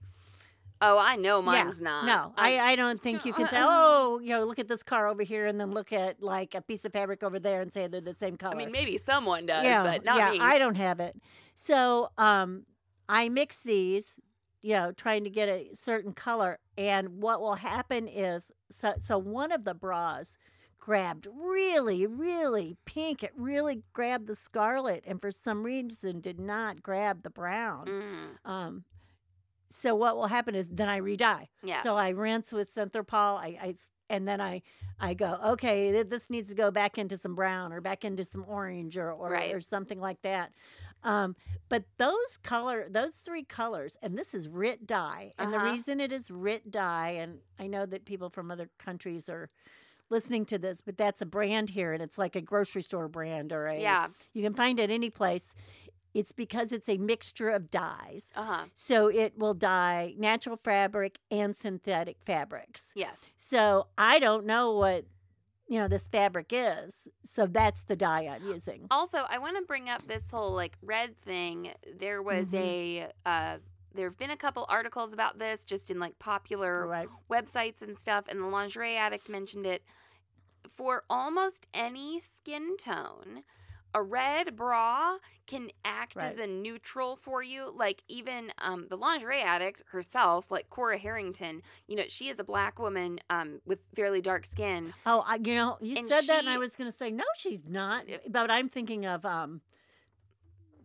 Speaker 1: Oh, I know
Speaker 3: Yeah,
Speaker 1: mine's not.
Speaker 3: No, I, uh, I don't think you can say, oh, you know, look at this car over here and then look at like a piece of fabric over there and say they're the same color.
Speaker 1: I mean, maybe someone does,
Speaker 3: yeah,
Speaker 1: but not
Speaker 3: yeah,
Speaker 1: me.
Speaker 3: I don't have it. So um, I mix these, you know, trying to get a certain color. And what will happen is so, so one of the bras grabbed really, really pink. It really grabbed the scarlet and for some reason did not grab the brown.
Speaker 1: Mm,
Speaker 3: Um, so what will happen is then I redye.
Speaker 1: yeah.
Speaker 3: So I rinse with Synthropol. I, I s- and then I I go okay. th- This needs to go back into some brown or back into some orange or or,
Speaker 1: Right.
Speaker 3: or something like that. Um, but those color those three colors and this is writ dye and
Speaker 1: Uh-huh.
Speaker 3: the reason it is writ dye and I know that people from other countries are listening to this but that's a brand here and it's like a grocery store brand or a
Speaker 1: yeah.
Speaker 3: you can find it any place it's because it's a mixture of dyes
Speaker 1: Uh huh.
Speaker 3: so it will dye natural fabric and synthetic fabrics.
Speaker 1: Yes.
Speaker 3: So I don't know what you know this fabric is. So that's the dye I'm using.
Speaker 1: Also, I want to bring up this whole like red thing. There was
Speaker 3: Mm-hmm.
Speaker 1: a uh, there have been a couple articles about this just in like popular
Speaker 3: Right.
Speaker 1: websites and stuff, and the lingerie addict mentioned it. For almost any skin tone, a red bra can act as a
Speaker 3: Right.
Speaker 1: neutral for you. Like even um, the lingerie addict herself, like Cora Harrington, you know, she is a black woman um, with fairly dark skin.
Speaker 3: Oh, I, you know, you
Speaker 1: And
Speaker 3: said that, and I
Speaker 1: she-
Speaker 3: was going to say no, she's not.
Speaker 1: Yeah.
Speaker 3: But I'm thinking of um,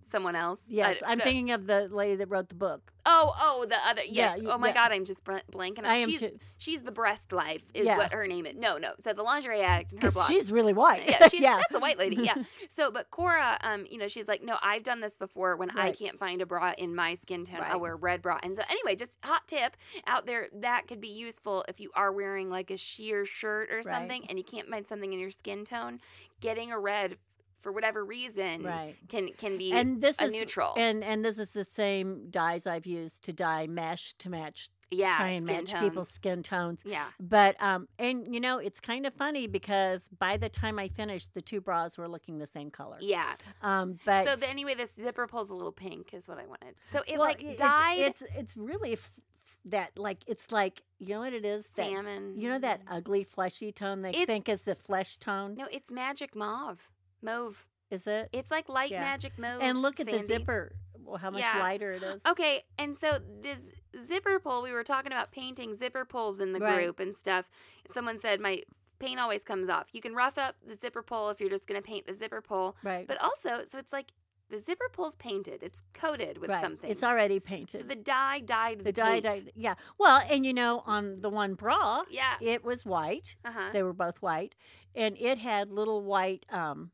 Speaker 1: Someone else, I-
Speaker 3: yes, I'm
Speaker 1: uh,
Speaker 3: thinking of the lady that wrote the book.
Speaker 1: Oh, oh, the other.
Speaker 3: Yeah,
Speaker 1: Yes.
Speaker 3: you-
Speaker 1: oh my
Speaker 3: yeah.
Speaker 1: God, I'm just br- blanking.
Speaker 3: I am
Speaker 1: she's,
Speaker 3: too,
Speaker 1: She's the breast life is
Speaker 3: Yeah.
Speaker 1: what her name is. No, no. So the lingerie addict and her
Speaker 3: because
Speaker 1: blog.
Speaker 3: she's really white.
Speaker 1: yeah, she's, that's a white lady. Yeah. So, but Cora, um, you know, she's like, no, I've done this before. When I
Speaker 3: Right.
Speaker 1: can't find a bra in my skin tone, I
Speaker 3: Right.
Speaker 1: wear red bra. And so, anyway, just hot tip out there that could be useful if you are wearing like a sheer shirt or
Speaker 3: Right.
Speaker 1: something, and you can't find something in your skin tone. Getting a red for whatever reason
Speaker 3: right.
Speaker 1: can can be
Speaker 3: And this
Speaker 1: a
Speaker 3: is
Speaker 1: neutral.
Speaker 3: and and this is the same dyes I've used to dye mesh to match
Speaker 1: yeah,
Speaker 3: try and
Speaker 1: skin
Speaker 3: match
Speaker 1: tones.
Speaker 3: people's skin tones.
Speaker 1: Yeah.
Speaker 3: But um, and you know, it's kind of funny because by the time I finished, the two bras were looking the same color.
Speaker 1: Yeah.
Speaker 3: Um, but
Speaker 1: so the, anyway, this zipper pulls a little pink is what I wanted. So it
Speaker 3: well,
Speaker 1: like
Speaker 3: it's-
Speaker 1: dyed
Speaker 3: It's it's, really f- f- that like it's like you know what it is That-
Speaker 1: salmon.
Speaker 3: you know that ugly fleshy tone they
Speaker 1: It's-
Speaker 3: think is the flesh tone.
Speaker 1: No, it's magic mauve. Mauve.
Speaker 3: Is it?
Speaker 1: It's like light
Speaker 3: Yeah.
Speaker 1: magic mauve.
Speaker 3: and look at the
Speaker 1: Sandy.
Speaker 3: zipper. well, How much
Speaker 1: Yeah.
Speaker 3: lighter it is.
Speaker 1: Okay, and so this zipper pull, we were talking about painting zipper pulls in the
Speaker 3: Right.
Speaker 1: group and stuff. Someone said my paint always comes off. You can rough up the zipper pull if you're just going to paint the zipper pull,
Speaker 3: Right.
Speaker 1: but also so it's like the zipper pull's painted. It's coated with
Speaker 3: right.
Speaker 1: something.
Speaker 3: It's already
Speaker 1: so
Speaker 3: painted.
Speaker 1: the dye dyed the,
Speaker 3: the dye, dye,
Speaker 1: paint.
Speaker 3: yeah. Well, and you know, on the one bra,
Speaker 1: Yeah.
Speaker 3: it was white.
Speaker 1: Uh huh.
Speaker 3: They were both white, and it had little white. Um,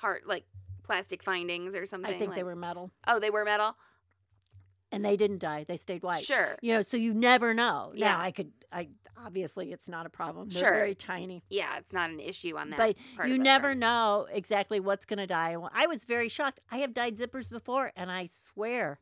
Speaker 1: Heart like plastic findings or something.
Speaker 3: I think they
Speaker 1: like-
Speaker 3: were metal,
Speaker 1: Oh, they were metal.
Speaker 3: and they didn't dye. They stayed white.
Speaker 1: Sure.
Speaker 3: You know, so you never know.
Speaker 1: Yeah.
Speaker 3: Now I could. I obviously it's not a problem. They're
Speaker 1: Sure.
Speaker 3: very tiny,
Speaker 1: Yeah, it's not an issue on that.
Speaker 3: but
Speaker 1: part
Speaker 3: you
Speaker 1: of it,
Speaker 3: never
Speaker 1: right?
Speaker 3: know exactly what's going to die. And wh- I was very shocked. I have dyed zippers before, and I swear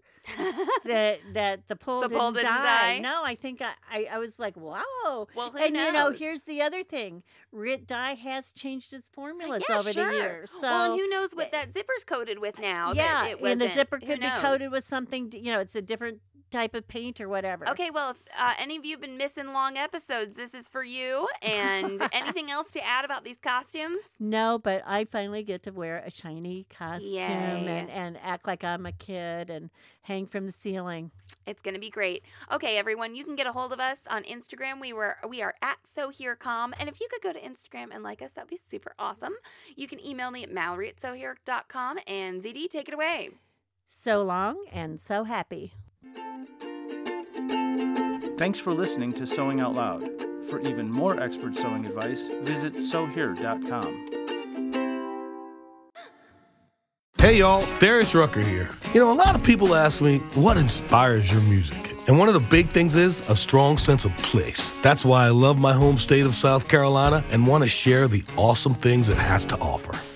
Speaker 3: that that the pole
Speaker 1: The
Speaker 3: didn't,
Speaker 1: pole didn't dye?
Speaker 3: No, I think I I, I was like, wow.
Speaker 1: well, who
Speaker 3: and
Speaker 1: knows?
Speaker 3: you know, here's the other thing: Rit Dye has changed its formulas
Speaker 1: yeah,
Speaker 3: over
Speaker 1: sure.
Speaker 3: the years. So
Speaker 1: well, and who knows what
Speaker 3: it-
Speaker 1: that zipper's coated with now?
Speaker 3: yeah,
Speaker 1: that it
Speaker 3: and the
Speaker 1: wasn't-
Speaker 3: zipper
Speaker 1: who
Speaker 3: could be
Speaker 1: knows?
Speaker 3: coated with something. d- You know, it's a different type of paint or whatever.
Speaker 1: Okay, well, if uh, any of you have been missing long episodes, this is for you. And anything else to add about these costumes?
Speaker 3: No, but I finally get to wear a shiny costume
Speaker 1: Yay.
Speaker 3: and, and act like I'm a kid and hang from the ceiling.
Speaker 1: It's going to be great. Okay, everyone, you can get a hold of us on Instagram. We were we are at SoHereCom. And if you could go to Instagram and like us, that'd be super awesome. You can email me at mallory at SoHere.com. And ZD, take it away.
Speaker 3: So long and so happy.
Speaker 2: Thanks for listening to Sewing Out Loud. For even more expert sewing advice, visit sewhere.com.
Speaker 4: Hey y'all, Darius Rucker here. You know, a lot of people ask me, what inspires your music? And one of the big things is a strong sense of place. That's why I love my home state of South Carolina and want to share the awesome things it has to offer.